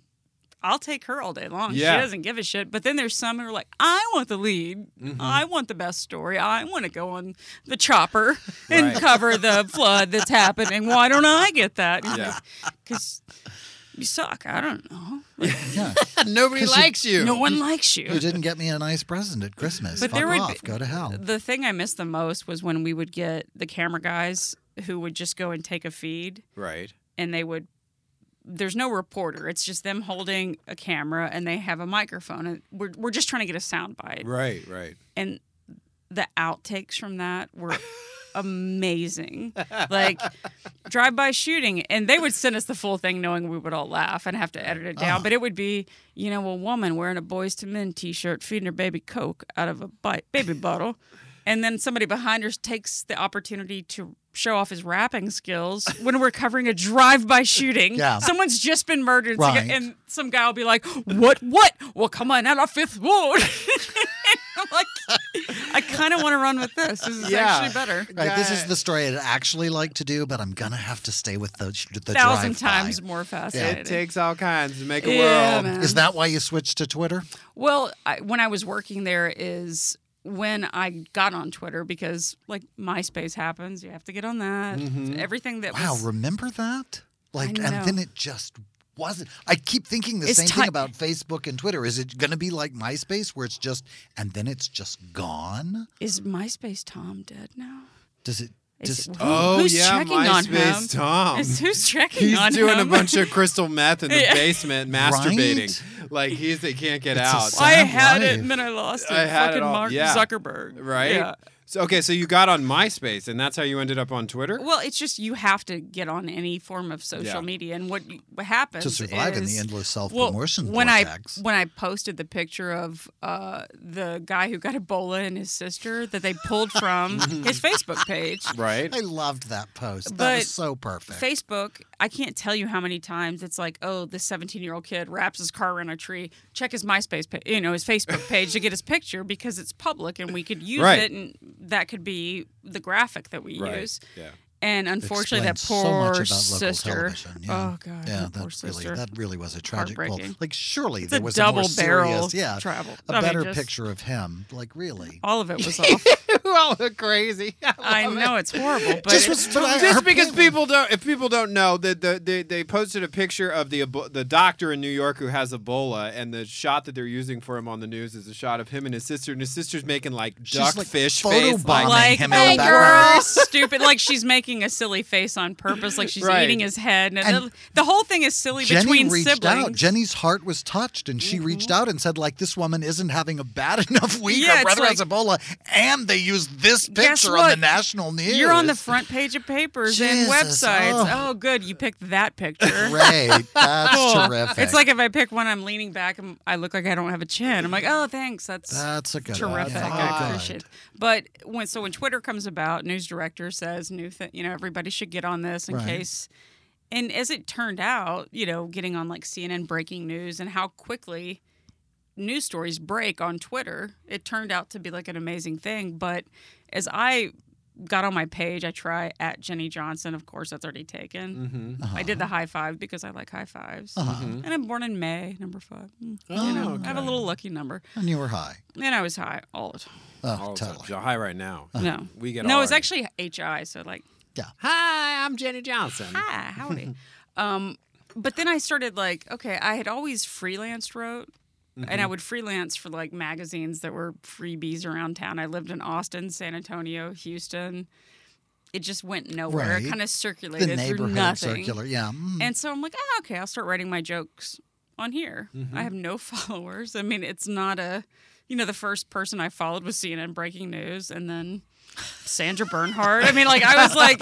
[SPEAKER 10] I'll take her all day long.
[SPEAKER 8] Yeah.
[SPEAKER 10] She doesn't give a shit. But then there's some who are like, I want the lead.
[SPEAKER 8] Mhm.
[SPEAKER 10] I want the best story. I want to go on the chopper and
[SPEAKER 8] Right.
[SPEAKER 10] cover the flood that's happening. Why don't I get that?
[SPEAKER 8] Yeah.
[SPEAKER 10] Because you suck. I don't know.
[SPEAKER 5] Nobody likes you.
[SPEAKER 10] No one likes you.
[SPEAKER 7] You didn't get me a nice present at Christmas.
[SPEAKER 10] But
[SPEAKER 7] Fuck
[SPEAKER 10] there would
[SPEAKER 7] off.
[SPEAKER 10] be-
[SPEAKER 7] Go to hell.
[SPEAKER 10] The thing I missed the most was when we would get the camera guys who would just go and take a feed
[SPEAKER 5] Right.
[SPEAKER 10] and they would there's no reporter. It's just them holding a camera and they have a microphone and we're we're just trying to get a sound bite.
[SPEAKER 5] Right. Right.
[SPEAKER 10] And the outtakes from that were amazing. Like drive by shooting. And they would send us the full thing knowing we would all laugh and have to edit it down.
[SPEAKER 8] Ah.
[SPEAKER 10] But it would be, you know, a woman wearing a boys to men t shirt feeding her baby Coke out of a bi- baby bottle. And then somebody behind her takes the opportunity to show off his rapping skills when we're covering a drive by shooting.
[SPEAKER 8] Yeah.
[SPEAKER 10] Someone's just been murdered. It's like-
[SPEAKER 8] Right.
[SPEAKER 10] And some guy will be like, What? What? Well, come on, out of fifth ward. I'm like, I kind of want to run with this. This is actually better.
[SPEAKER 7] Right, this is the story I'd actually like to do, but I'm gonna have to stay with the the
[SPEAKER 10] thousand
[SPEAKER 7] drive-by.
[SPEAKER 10] times more fascinating.
[SPEAKER 5] It takes all kinds to make a
[SPEAKER 10] Yeah,
[SPEAKER 5] world.
[SPEAKER 10] man.
[SPEAKER 7] Is that why you switched to Twitter?
[SPEAKER 10] Well, I, when I was working there is when I got on Twitter because like MySpace happens, you have to get on that.
[SPEAKER 7] Mhm.
[SPEAKER 10] Everything that
[SPEAKER 7] Wow,
[SPEAKER 10] was
[SPEAKER 7] remember that? Like,
[SPEAKER 10] know.
[SPEAKER 7] and then it just wasn't. I keep thinking the
[SPEAKER 10] It's
[SPEAKER 7] same
[SPEAKER 10] ti-
[SPEAKER 7] thing about Facebook and Twitter. Is it going to be like MySpace, where it's just and then it's just gone?
[SPEAKER 10] is MySpace Tom "Oh, dead now?
[SPEAKER 7] Does it?
[SPEAKER 10] Is-
[SPEAKER 7] Just
[SPEAKER 10] who-
[SPEAKER 5] Oh,
[SPEAKER 10] who's
[SPEAKER 5] yeah,
[SPEAKER 10] checking on
[SPEAKER 5] MySpace
[SPEAKER 10] him?
[SPEAKER 5] Tom.
[SPEAKER 10] Is- who's checking
[SPEAKER 5] He's
[SPEAKER 10] on
[SPEAKER 5] doing a
[SPEAKER 10] him?
[SPEAKER 5] bunch of crystal meth in the
[SPEAKER 10] Yeah.
[SPEAKER 5] basement, masturbating. Like he's they can't get
[SPEAKER 8] It's a
[SPEAKER 5] out.
[SPEAKER 10] I had it and then I lost it.
[SPEAKER 5] I had
[SPEAKER 10] Fucking
[SPEAKER 5] it all.
[SPEAKER 10] Mark
[SPEAKER 5] yeah.
[SPEAKER 10] Zuckerberg.
[SPEAKER 5] Right.
[SPEAKER 10] Yeah.
[SPEAKER 5] So okay, so you got on MySpace, and that's how you ended up on Twitter.
[SPEAKER 10] Well, it's just you have to get on any form of social
[SPEAKER 5] Yeah.
[SPEAKER 10] media, and what, you- what happens
[SPEAKER 7] To survive in the
[SPEAKER 10] is-
[SPEAKER 7] endless
[SPEAKER 10] well,
[SPEAKER 7] self-promotion
[SPEAKER 10] when
[SPEAKER 7] vortex.
[SPEAKER 10] I when I posted the picture of uh, the guy who got Ebola and his sister that they pulled from his Facebook page,
[SPEAKER 5] Right.
[SPEAKER 7] I loved that post. that
[SPEAKER 10] But
[SPEAKER 7] was so perfect.
[SPEAKER 10] Facebook, I can't tell you how many times it's like, oh, this 17 year old kid wraps his car around a tree. Check his MySpace, pa- you know, his Facebook page to get his picture because it's public and we could use
[SPEAKER 8] Right.
[SPEAKER 10] it, and that could be the graphic that we
[SPEAKER 8] Right.
[SPEAKER 10] use.
[SPEAKER 5] Yeah.
[SPEAKER 10] And unfortunately, that
[SPEAKER 7] Explains so much
[SPEAKER 10] poor
[SPEAKER 7] about local
[SPEAKER 10] sister.
[SPEAKER 7] television, yeah.
[SPEAKER 10] Oh God.
[SPEAKER 7] Yeah,
[SPEAKER 10] that poor
[SPEAKER 7] that really,
[SPEAKER 10] sister.
[SPEAKER 7] that really was a tragic pull.
[SPEAKER 10] Heartbreaking.
[SPEAKER 7] Like, surely
[SPEAKER 10] It's
[SPEAKER 7] there
[SPEAKER 10] a
[SPEAKER 7] was a
[SPEAKER 10] double
[SPEAKER 7] more
[SPEAKER 10] barrel
[SPEAKER 7] serious, yeah,
[SPEAKER 10] travel.
[SPEAKER 7] a
[SPEAKER 10] I mean,
[SPEAKER 7] better
[SPEAKER 10] just-
[SPEAKER 7] picture of him. Like, really,
[SPEAKER 10] All of it was off.
[SPEAKER 5] all look crazy.
[SPEAKER 10] I know it's horrible, but
[SPEAKER 7] Just
[SPEAKER 10] it-
[SPEAKER 7] was- but I- her
[SPEAKER 5] Just because people don't, if people don't know that the, they they posted a picture of the Ebo- the doctor in New York who has Ebola, and the shot that they're using for him on the news is a shot of him and his sister, and his sister's making like
[SPEAKER 7] She's,
[SPEAKER 5] duckfish
[SPEAKER 7] like,
[SPEAKER 5] face, like,
[SPEAKER 7] photobombing
[SPEAKER 10] like
[SPEAKER 7] him in the
[SPEAKER 10] the
[SPEAKER 7] background.
[SPEAKER 10] worst, stupid. Like she's making making a silly face on purpose, like she's
[SPEAKER 7] Right.
[SPEAKER 10] eating his head. And,
[SPEAKER 7] And
[SPEAKER 10] the, the whole thing is silly
[SPEAKER 7] Jenny
[SPEAKER 10] between
[SPEAKER 7] reached
[SPEAKER 10] siblings. Mm-hmm.
[SPEAKER 7] out. Jenny's heart was touched, and she reached out and said, "Like this woman isn't having a bad enough week.
[SPEAKER 10] Yeah,
[SPEAKER 7] Her
[SPEAKER 10] it's
[SPEAKER 7] brother has
[SPEAKER 10] like-
[SPEAKER 7] Ebola, and they used this
[SPEAKER 10] Guess
[SPEAKER 7] picture on the
[SPEAKER 10] what?
[SPEAKER 7] national news.
[SPEAKER 10] You're on the front page of papers and
[SPEAKER 7] Jesus,
[SPEAKER 10] websites.
[SPEAKER 7] oh.
[SPEAKER 10] Oh. good, you picked that picture.
[SPEAKER 7] Great, that's
[SPEAKER 10] Cool.
[SPEAKER 7] terrific.
[SPEAKER 10] It's like if I pick one, I'm leaning back and I look like I don't have a chin. I'm like, oh, thanks. That's
[SPEAKER 7] That's a good one.
[SPEAKER 10] terrific.
[SPEAKER 7] Yeah.
[SPEAKER 10] I
[SPEAKER 7] Good.
[SPEAKER 10] appreciate. it. But when so when Twitter comes about, news director says new thing. You know, everybody should get on this in
[SPEAKER 15] Right.
[SPEAKER 10] case. And as it turned out, you know, getting on like CNN breaking news and how quickly news stories break on Twitter, it turned out to be like an amazing thing. But as I got on my page, I try at Jenny Johnson. Of course, that's already taken.
[SPEAKER 7] Mm-hmm.
[SPEAKER 15] Mhm.
[SPEAKER 10] I did the high five because I like high 5s
[SPEAKER 7] Uh-huh.
[SPEAKER 10] And I'm born in May, number five. Mm,
[SPEAKER 7] Oh,
[SPEAKER 10] you know, I have a
[SPEAKER 7] okay.
[SPEAKER 10] little lucky number.
[SPEAKER 7] and you were high.
[SPEAKER 10] And I was high all the time.
[SPEAKER 7] Oh,
[SPEAKER 5] Oh, so
[SPEAKER 7] totally.
[SPEAKER 5] you're high right now.
[SPEAKER 10] No.
[SPEAKER 5] We get
[SPEAKER 10] no,
[SPEAKER 5] all
[SPEAKER 10] it's
[SPEAKER 5] our-
[SPEAKER 10] actually HI. So, like,
[SPEAKER 7] yeah.
[SPEAKER 10] hi, I'm Jenny Johnson. Hi, howdy. um, but then I started, like, okay, I had always freelanced wrote. And I
[SPEAKER 7] Mm-hmm.
[SPEAKER 15] Mhm.
[SPEAKER 10] would freelance for like magazines that were freebies around town. I lived in Austin, San Antonio, Houston. It just went nowhere.
[SPEAKER 7] Right.
[SPEAKER 10] It kind
[SPEAKER 7] The
[SPEAKER 10] of circulated through
[SPEAKER 7] neighborhood
[SPEAKER 10] nothing.
[SPEAKER 7] circular, yeah. Mm.
[SPEAKER 10] And so I'm like, ah, okay, I'll start writing my jokes on here.
[SPEAKER 15] Mm-hmm.
[SPEAKER 7] Mhm.
[SPEAKER 10] I have no followers. I mean, it's not a, you know, the first person I followed was CNN Breaking News, and then Sandra Bernhardt. I mean, like I was like,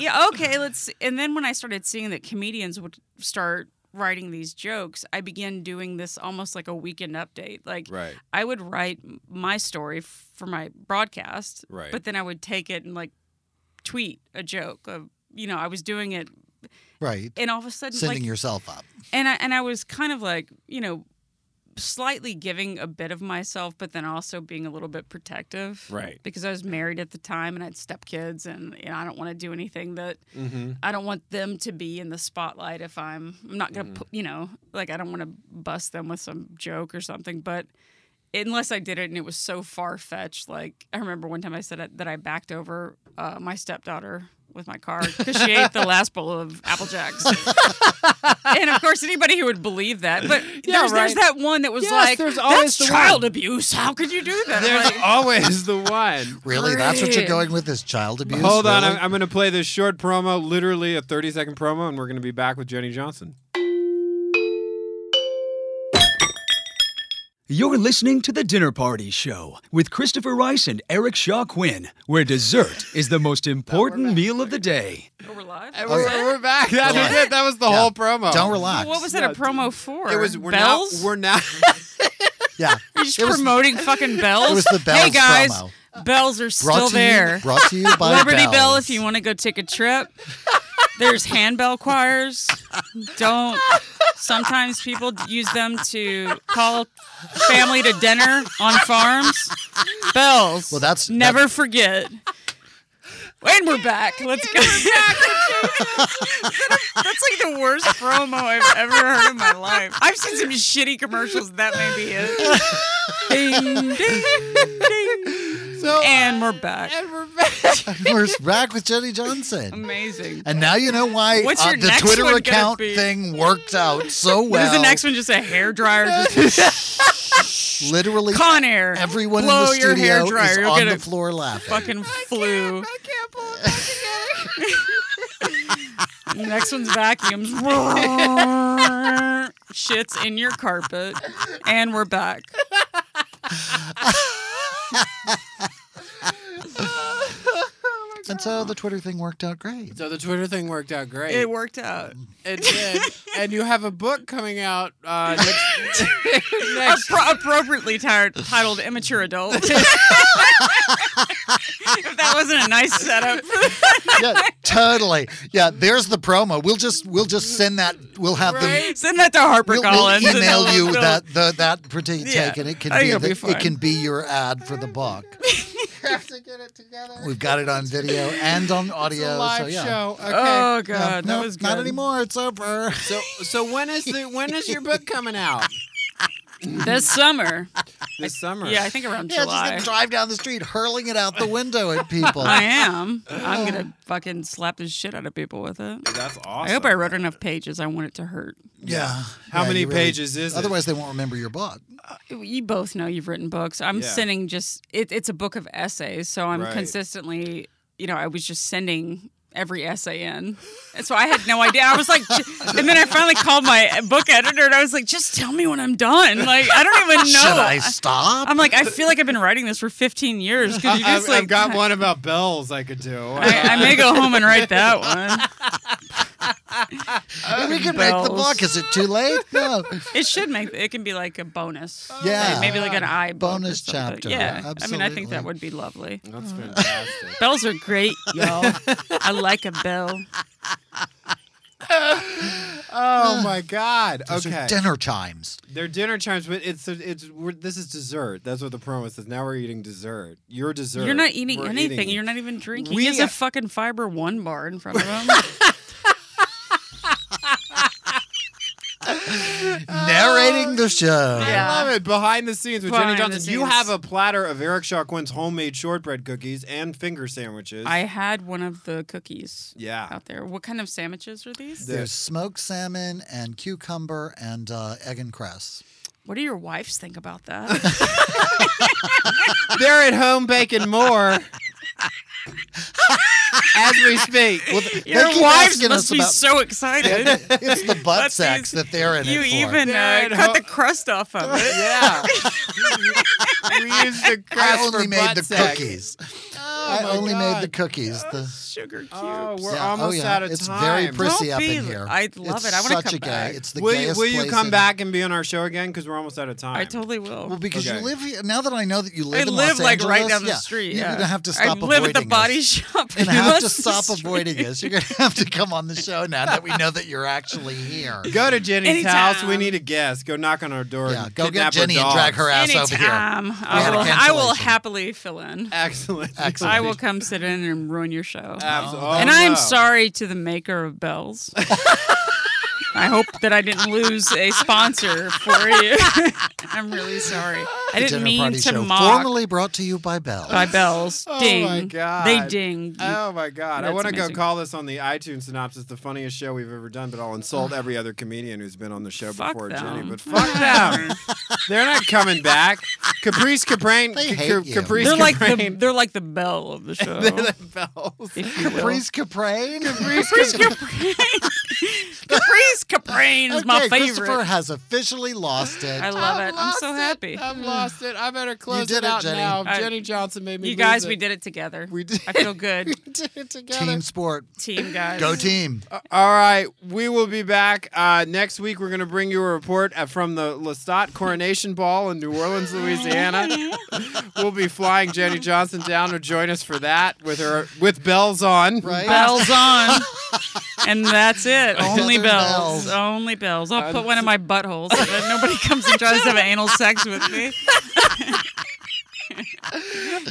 [SPEAKER 10] yeah, okay, let's. see. And then when I started seeing that comedians would start writing these jokes, I began doing this almost like a weekend update. Like,
[SPEAKER 15] Right.
[SPEAKER 10] I would write m- my story f- for my broadcast,
[SPEAKER 15] Right.
[SPEAKER 10] But then I would take it and like tweet a joke of, you know, I was doing it,
[SPEAKER 7] Right.
[SPEAKER 10] and all of a sudden,
[SPEAKER 7] Sending
[SPEAKER 10] like,
[SPEAKER 7] yourself up.
[SPEAKER 10] and I and I was kind of like, you know, slightly giving a bit of myself, but then also being a little bit protective,
[SPEAKER 15] Right.
[SPEAKER 10] Because I was married at the time and I had stepkids, and you know, I don't want to do anything that
[SPEAKER 15] Mhm.
[SPEAKER 10] I don't want them to be in the spotlight. If I'm, I'm not gonna,
[SPEAKER 15] Mhm.
[SPEAKER 10] put, you know, like I don't want to bust them with some joke or something, but. Unless I did it and it was so far fetched, like I remember one time I said that I backed over uh, my stepdaughter with my car because she ate the last bowl of Apple Jacks. and of course, anybody who would believe that, but
[SPEAKER 15] Yeah,
[SPEAKER 10] there's, there's
[SPEAKER 15] right.
[SPEAKER 10] that one that was
[SPEAKER 15] Yes,
[SPEAKER 10] like,
[SPEAKER 15] there's always
[SPEAKER 10] that's
[SPEAKER 15] the one."
[SPEAKER 10] child abuse. How could you do that? I'm
[SPEAKER 5] There's
[SPEAKER 10] like,
[SPEAKER 5] always the one.
[SPEAKER 7] Really, that's what you're going with is child abuse.
[SPEAKER 5] Hold on,
[SPEAKER 7] really?
[SPEAKER 5] I'm, I'm going to play this short promo, literally a 30 second promo, and we're going to be back with Jenny Johnson.
[SPEAKER 6] You're listening to The Dinner Party Show with Christopher Rice and Eric Shaw Quinn, where dessert is the most important meal of the day.
[SPEAKER 5] And we're, we're back. That was it. That was the
[SPEAKER 6] Yeah.
[SPEAKER 5] whole promo.
[SPEAKER 6] Don't relax.
[SPEAKER 10] What was that
[SPEAKER 5] Yeah,
[SPEAKER 10] a promo for?
[SPEAKER 5] It was we're
[SPEAKER 10] bells.
[SPEAKER 5] Now, we're now.
[SPEAKER 7] yeah.
[SPEAKER 10] You're just
[SPEAKER 7] It was-
[SPEAKER 10] promoting fucking bells.
[SPEAKER 7] It was the
[SPEAKER 10] Hey
[SPEAKER 7] Bells
[SPEAKER 10] guys,
[SPEAKER 7] promo.
[SPEAKER 10] bells are still
[SPEAKER 7] Brought to you-
[SPEAKER 10] there.
[SPEAKER 7] brought to you by
[SPEAKER 10] Liberty Bell.
[SPEAKER 7] Bells.
[SPEAKER 10] If you want to go take a trip, there's handbell choirs. Don't. Sometimes people use them to call family to dinner on farms. Bells. Well, that's never forget. And we're back. Let's go. That's like the worst promo I've ever heard in my life. I've seen some shitty commercials. That may be it. ding, ding, ding. and we're back. And
[SPEAKER 5] we're
[SPEAKER 7] We're back with Jenny Johnson.
[SPEAKER 10] Amazing.
[SPEAKER 7] And now you know why
[SPEAKER 10] What's
[SPEAKER 7] uh,
[SPEAKER 10] your
[SPEAKER 7] the
[SPEAKER 10] next
[SPEAKER 7] Twitter
[SPEAKER 10] one gonna
[SPEAKER 7] account
[SPEAKER 10] be?
[SPEAKER 7] thing worked out so well.
[SPEAKER 10] Is the next one just a hair dryer? Just
[SPEAKER 7] Literally,
[SPEAKER 10] Con Air.
[SPEAKER 7] everyone in
[SPEAKER 10] Blow
[SPEAKER 7] the
[SPEAKER 10] your hair
[SPEAKER 7] studio
[SPEAKER 10] dryer.
[SPEAKER 7] is
[SPEAKER 10] You'll
[SPEAKER 7] on
[SPEAKER 10] get
[SPEAKER 7] the
[SPEAKER 10] a
[SPEAKER 7] floor laughing.
[SPEAKER 10] fucking flu. Next one's vacuums. Shit's in your carpet. And we're back. Oh
[SPEAKER 7] And so the Twitter thing worked out great.
[SPEAKER 5] So the Twitter thing worked out great.
[SPEAKER 10] It worked out.
[SPEAKER 5] It did. and you have a book coming out uh, next, next
[SPEAKER 10] Appro- appropriately tired, titled Immature Adult. if that wasn't a nice setup.
[SPEAKER 7] yeah, totally. Yeah, there's the promo. We'll just we'll just send that. We'll have them
[SPEAKER 10] Right? Send that to
[SPEAKER 7] We'll,
[SPEAKER 10] HarperCollins
[SPEAKER 7] we'll
[SPEAKER 10] and
[SPEAKER 7] email
[SPEAKER 10] they'll-
[SPEAKER 7] you
[SPEAKER 10] they'll-
[SPEAKER 7] that the, that particular
[SPEAKER 10] Yeah,
[SPEAKER 7] take, and it
[SPEAKER 10] I
[SPEAKER 7] can
[SPEAKER 10] think
[SPEAKER 7] be,
[SPEAKER 10] it'll be
[SPEAKER 7] the- it
[SPEAKER 10] fine.
[SPEAKER 7] can be your ad for the book. We've got it on video and on audio. so,
[SPEAKER 5] live
[SPEAKER 7] yeah.
[SPEAKER 5] show. Okay.
[SPEAKER 7] Yeah,
[SPEAKER 5] Oh, God, that
[SPEAKER 7] no,
[SPEAKER 5] was
[SPEAKER 7] not
[SPEAKER 5] good.
[SPEAKER 7] anymore. It's over.
[SPEAKER 5] So so when is the when is your book coming out?
[SPEAKER 10] This summer.
[SPEAKER 5] This summer.
[SPEAKER 10] Yeah, I think around
[SPEAKER 7] Yeah, just
[SPEAKER 10] July.
[SPEAKER 7] gonna drive down the street, hurling it out the window at people.
[SPEAKER 10] I am. I'm gonna fucking slap the shit out of people with it.
[SPEAKER 5] That's
[SPEAKER 10] I hope I wrote enough pages. I want it to hurt.
[SPEAKER 7] Yeah.
[SPEAKER 5] How
[SPEAKER 7] Yeah,
[SPEAKER 5] many
[SPEAKER 7] you really-
[SPEAKER 5] pages is it?
[SPEAKER 7] Otherwise, they won't remember your book.
[SPEAKER 10] You both know you've written books. I'm
[SPEAKER 7] Yeah.
[SPEAKER 10] sending just it, it's a book of essays, so I'm
[SPEAKER 7] Right.
[SPEAKER 10] consistently, you know, I was just sending every essay in. And so I had no idea. I was like, j- and then I finally called my book editor and I was like, just tell me when I'm done. Like, I don't even know.
[SPEAKER 5] Should I stop?
[SPEAKER 10] I'm like, I feel like I've been writing this for 15 years. Could you
[SPEAKER 5] I- I've,
[SPEAKER 10] just like,
[SPEAKER 5] I've got one about bells I could do.
[SPEAKER 10] I, I may go home and write that one.
[SPEAKER 7] we can make the
[SPEAKER 10] Bells.
[SPEAKER 7] book. Is it too late? No.
[SPEAKER 10] It should make it can be like a bonus.
[SPEAKER 7] Yeah.
[SPEAKER 10] Oh, Like, maybe like an eye book or
[SPEAKER 7] Bonus
[SPEAKER 10] something.
[SPEAKER 7] chapter.
[SPEAKER 10] Yeah, I mean, I
[SPEAKER 7] Absolutely.
[SPEAKER 10] think that would be lovely.
[SPEAKER 5] That's fantastic.
[SPEAKER 10] Bells are great, y'all. I like a bell.
[SPEAKER 5] oh my God!
[SPEAKER 7] Those are
[SPEAKER 5] okay,
[SPEAKER 7] dinner chimes.
[SPEAKER 5] They're dinner chimes, but it's it's we're, this is dessert. That's what the promise is. Now we're eating dessert. Your dessert.
[SPEAKER 10] You're not eating
[SPEAKER 5] We're
[SPEAKER 10] anything.
[SPEAKER 5] eating it.
[SPEAKER 10] You're not even drinking.
[SPEAKER 5] We-
[SPEAKER 10] he has a fucking fiber one bar in front of him. Oh,
[SPEAKER 7] Narrating the show.
[SPEAKER 5] I love it. Behind the scenes with
[SPEAKER 10] Behind
[SPEAKER 5] Jenny Johnson.
[SPEAKER 10] the
[SPEAKER 5] You
[SPEAKER 10] scenes.
[SPEAKER 5] have a platter of Eric Shaquin's homemade shortbread cookies and finger sandwiches.
[SPEAKER 10] I had one of the cookies.
[SPEAKER 5] Yeah.
[SPEAKER 10] Out there. What kind of sandwiches are these?
[SPEAKER 7] There's smoked salmon and cucumber and uh, egg and cress.
[SPEAKER 10] What do your wives think about that?
[SPEAKER 5] They're at home baking more. As we speak,
[SPEAKER 7] Well,
[SPEAKER 10] Your
[SPEAKER 7] keep
[SPEAKER 10] wives
[SPEAKER 7] asking
[SPEAKER 10] must
[SPEAKER 7] us
[SPEAKER 10] be
[SPEAKER 7] about-
[SPEAKER 10] so excited.
[SPEAKER 7] it's the butt sex that they're in
[SPEAKER 10] you
[SPEAKER 7] it for.
[SPEAKER 10] even uh,
[SPEAKER 5] They're at
[SPEAKER 10] cut
[SPEAKER 5] home-
[SPEAKER 10] the crust off of it.
[SPEAKER 5] yeah, we used the crust
[SPEAKER 7] I only
[SPEAKER 5] for
[SPEAKER 7] made
[SPEAKER 5] butt
[SPEAKER 7] the
[SPEAKER 5] sex.
[SPEAKER 7] cookies.
[SPEAKER 5] Oh
[SPEAKER 7] I
[SPEAKER 5] my
[SPEAKER 7] only
[SPEAKER 5] God.
[SPEAKER 7] made the cookies. The,
[SPEAKER 10] Sugar cubes.
[SPEAKER 5] Oh, we're
[SPEAKER 7] Yeah, oh
[SPEAKER 5] almost
[SPEAKER 7] yeah,
[SPEAKER 5] out of
[SPEAKER 7] it's
[SPEAKER 5] time.
[SPEAKER 7] very prissy
[SPEAKER 10] Don't
[SPEAKER 7] up
[SPEAKER 10] be-
[SPEAKER 7] in here.
[SPEAKER 10] I love
[SPEAKER 7] It's
[SPEAKER 10] it. I wanna
[SPEAKER 7] such
[SPEAKER 10] come
[SPEAKER 7] a gay-
[SPEAKER 10] back.
[SPEAKER 7] It's the
[SPEAKER 5] will you,
[SPEAKER 7] gayest
[SPEAKER 5] will you
[SPEAKER 7] place
[SPEAKER 5] come
[SPEAKER 7] in-
[SPEAKER 5] back and be on our show again? Because we're almost out of time.
[SPEAKER 10] I totally will.
[SPEAKER 7] Well, because
[SPEAKER 5] Okay.
[SPEAKER 7] you live here now that I know that you live
[SPEAKER 10] I
[SPEAKER 7] in
[SPEAKER 10] live
[SPEAKER 7] Los
[SPEAKER 10] like right
[SPEAKER 7] Angeles,
[SPEAKER 10] down the
[SPEAKER 7] yeah,
[SPEAKER 10] street.
[SPEAKER 7] You're
[SPEAKER 10] yeah.
[SPEAKER 7] gonna have to
[SPEAKER 10] I
[SPEAKER 7] stop
[SPEAKER 10] live at the
[SPEAKER 7] avoiding
[SPEAKER 10] body
[SPEAKER 7] us.
[SPEAKER 10] shop.
[SPEAKER 7] You're gonna have to
[SPEAKER 10] across the
[SPEAKER 7] stop
[SPEAKER 10] street.
[SPEAKER 7] avoiding us. You're gonna have to come on the show now that we know that you're actually here.
[SPEAKER 5] Go to Jenny's
[SPEAKER 10] Anytime.
[SPEAKER 5] house. We need a guest. Go knock on our door.
[SPEAKER 7] Yeah,
[SPEAKER 5] and
[SPEAKER 7] go
[SPEAKER 5] kidnap
[SPEAKER 7] get Jenny
[SPEAKER 5] her
[SPEAKER 7] and drag
[SPEAKER 5] dogs.
[SPEAKER 7] her ass over here.
[SPEAKER 10] Anytime.
[SPEAKER 7] We
[SPEAKER 10] Um, I
[SPEAKER 7] had a
[SPEAKER 10] will, I will
[SPEAKER 7] cancellation.
[SPEAKER 10] happily fill in.
[SPEAKER 5] Excellent. oh,
[SPEAKER 7] Excellent. Oh.
[SPEAKER 10] I will come sit in and ruin your show.
[SPEAKER 5] Absolutely.
[SPEAKER 10] and I'm sorry to the maker of bells. I hope that I didn't lose a sponsor for you. I'm really sorry. I
[SPEAKER 7] The
[SPEAKER 10] didn't
[SPEAKER 7] Dinner
[SPEAKER 10] mean
[SPEAKER 7] Party
[SPEAKER 10] to
[SPEAKER 7] Show,
[SPEAKER 10] mock
[SPEAKER 7] Formerly brought to you by Bell.
[SPEAKER 10] by bells.
[SPEAKER 5] Oh
[SPEAKER 10] Ding.
[SPEAKER 5] my god.
[SPEAKER 10] They ding.
[SPEAKER 5] Oh my god. I
[SPEAKER 10] That's
[SPEAKER 5] want to go
[SPEAKER 10] amazing.
[SPEAKER 5] call this on the iTunes synopsis the funniest show we've ever done, but I'll insult every other comedian who's been on the show
[SPEAKER 10] Fuck
[SPEAKER 5] before
[SPEAKER 10] them.
[SPEAKER 5] Jenny. But fuck them. They're not coming back. Caprice Caprain.
[SPEAKER 7] They
[SPEAKER 5] Ca-
[SPEAKER 7] hate
[SPEAKER 5] Ca-
[SPEAKER 7] you.
[SPEAKER 5] Caprice
[SPEAKER 10] They're like the
[SPEAKER 5] Caprain.
[SPEAKER 10] they're like the bell of the show.
[SPEAKER 5] They're the bells.
[SPEAKER 10] if you will.
[SPEAKER 7] Caprice Caprain.
[SPEAKER 5] Caprice
[SPEAKER 10] Caprice Caprain. Caprice Caprain is my
[SPEAKER 7] Okay, Christopher
[SPEAKER 10] favorite.
[SPEAKER 7] has officially lost it.
[SPEAKER 10] I love it. I'm so happy.
[SPEAKER 5] I've lost it. I better close
[SPEAKER 7] did
[SPEAKER 5] it
[SPEAKER 7] it,
[SPEAKER 5] out
[SPEAKER 7] Jenny.
[SPEAKER 5] now.
[SPEAKER 10] I-
[SPEAKER 5] Jenny Johnson made me.
[SPEAKER 10] You
[SPEAKER 5] lose
[SPEAKER 10] guys,
[SPEAKER 5] it.
[SPEAKER 10] we did it together.
[SPEAKER 5] We did.
[SPEAKER 10] I feel good.
[SPEAKER 5] did it together.
[SPEAKER 7] Team sport.
[SPEAKER 10] Team guys.
[SPEAKER 7] Go team.
[SPEAKER 5] All right, we will be back uh, next week. We're going to bring you a report uh, from the Lestat Coronation Ball in New Orleans, Louisiana. we'll be flying Jenny Johnson down to join us for that with her with bells on.
[SPEAKER 7] Right?
[SPEAKER 10] Bells on. And that's it. Only
[SPEAKER 7] Southern
[SPEAKER 10] bells.
[SPEAKER 7] bells.
[SPEAKER 10] Only bells. I'll put one in my butthole so that nobody comes and tries to have anal sex with me.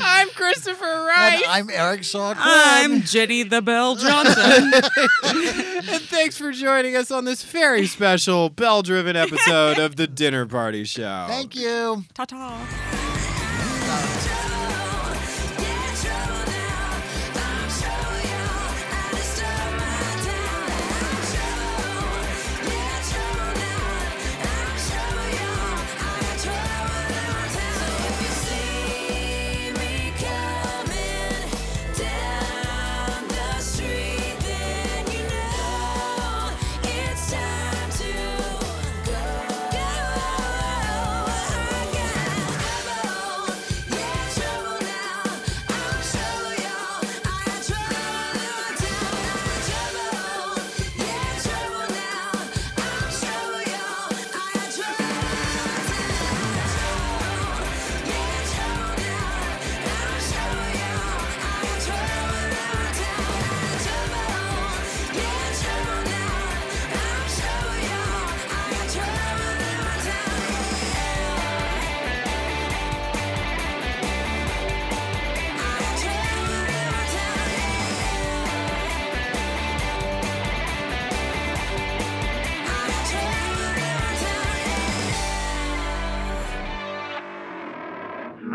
[SPEAKER 5] I'm Christopher Rice.
[SPEAKER 7] And I'm Eric Shaw.
[SPEAKER 10] I'm Jenny the Bell Johnson.
[SPEAKER 5] and thanks for joining us on this very special bell-driven episode of the Dinner Party Show.
[SPEAKER 7] Thank you.
[SPEAKER 10] Ta ta.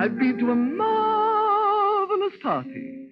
[SPEAKER 2] I've been to a marvelous party.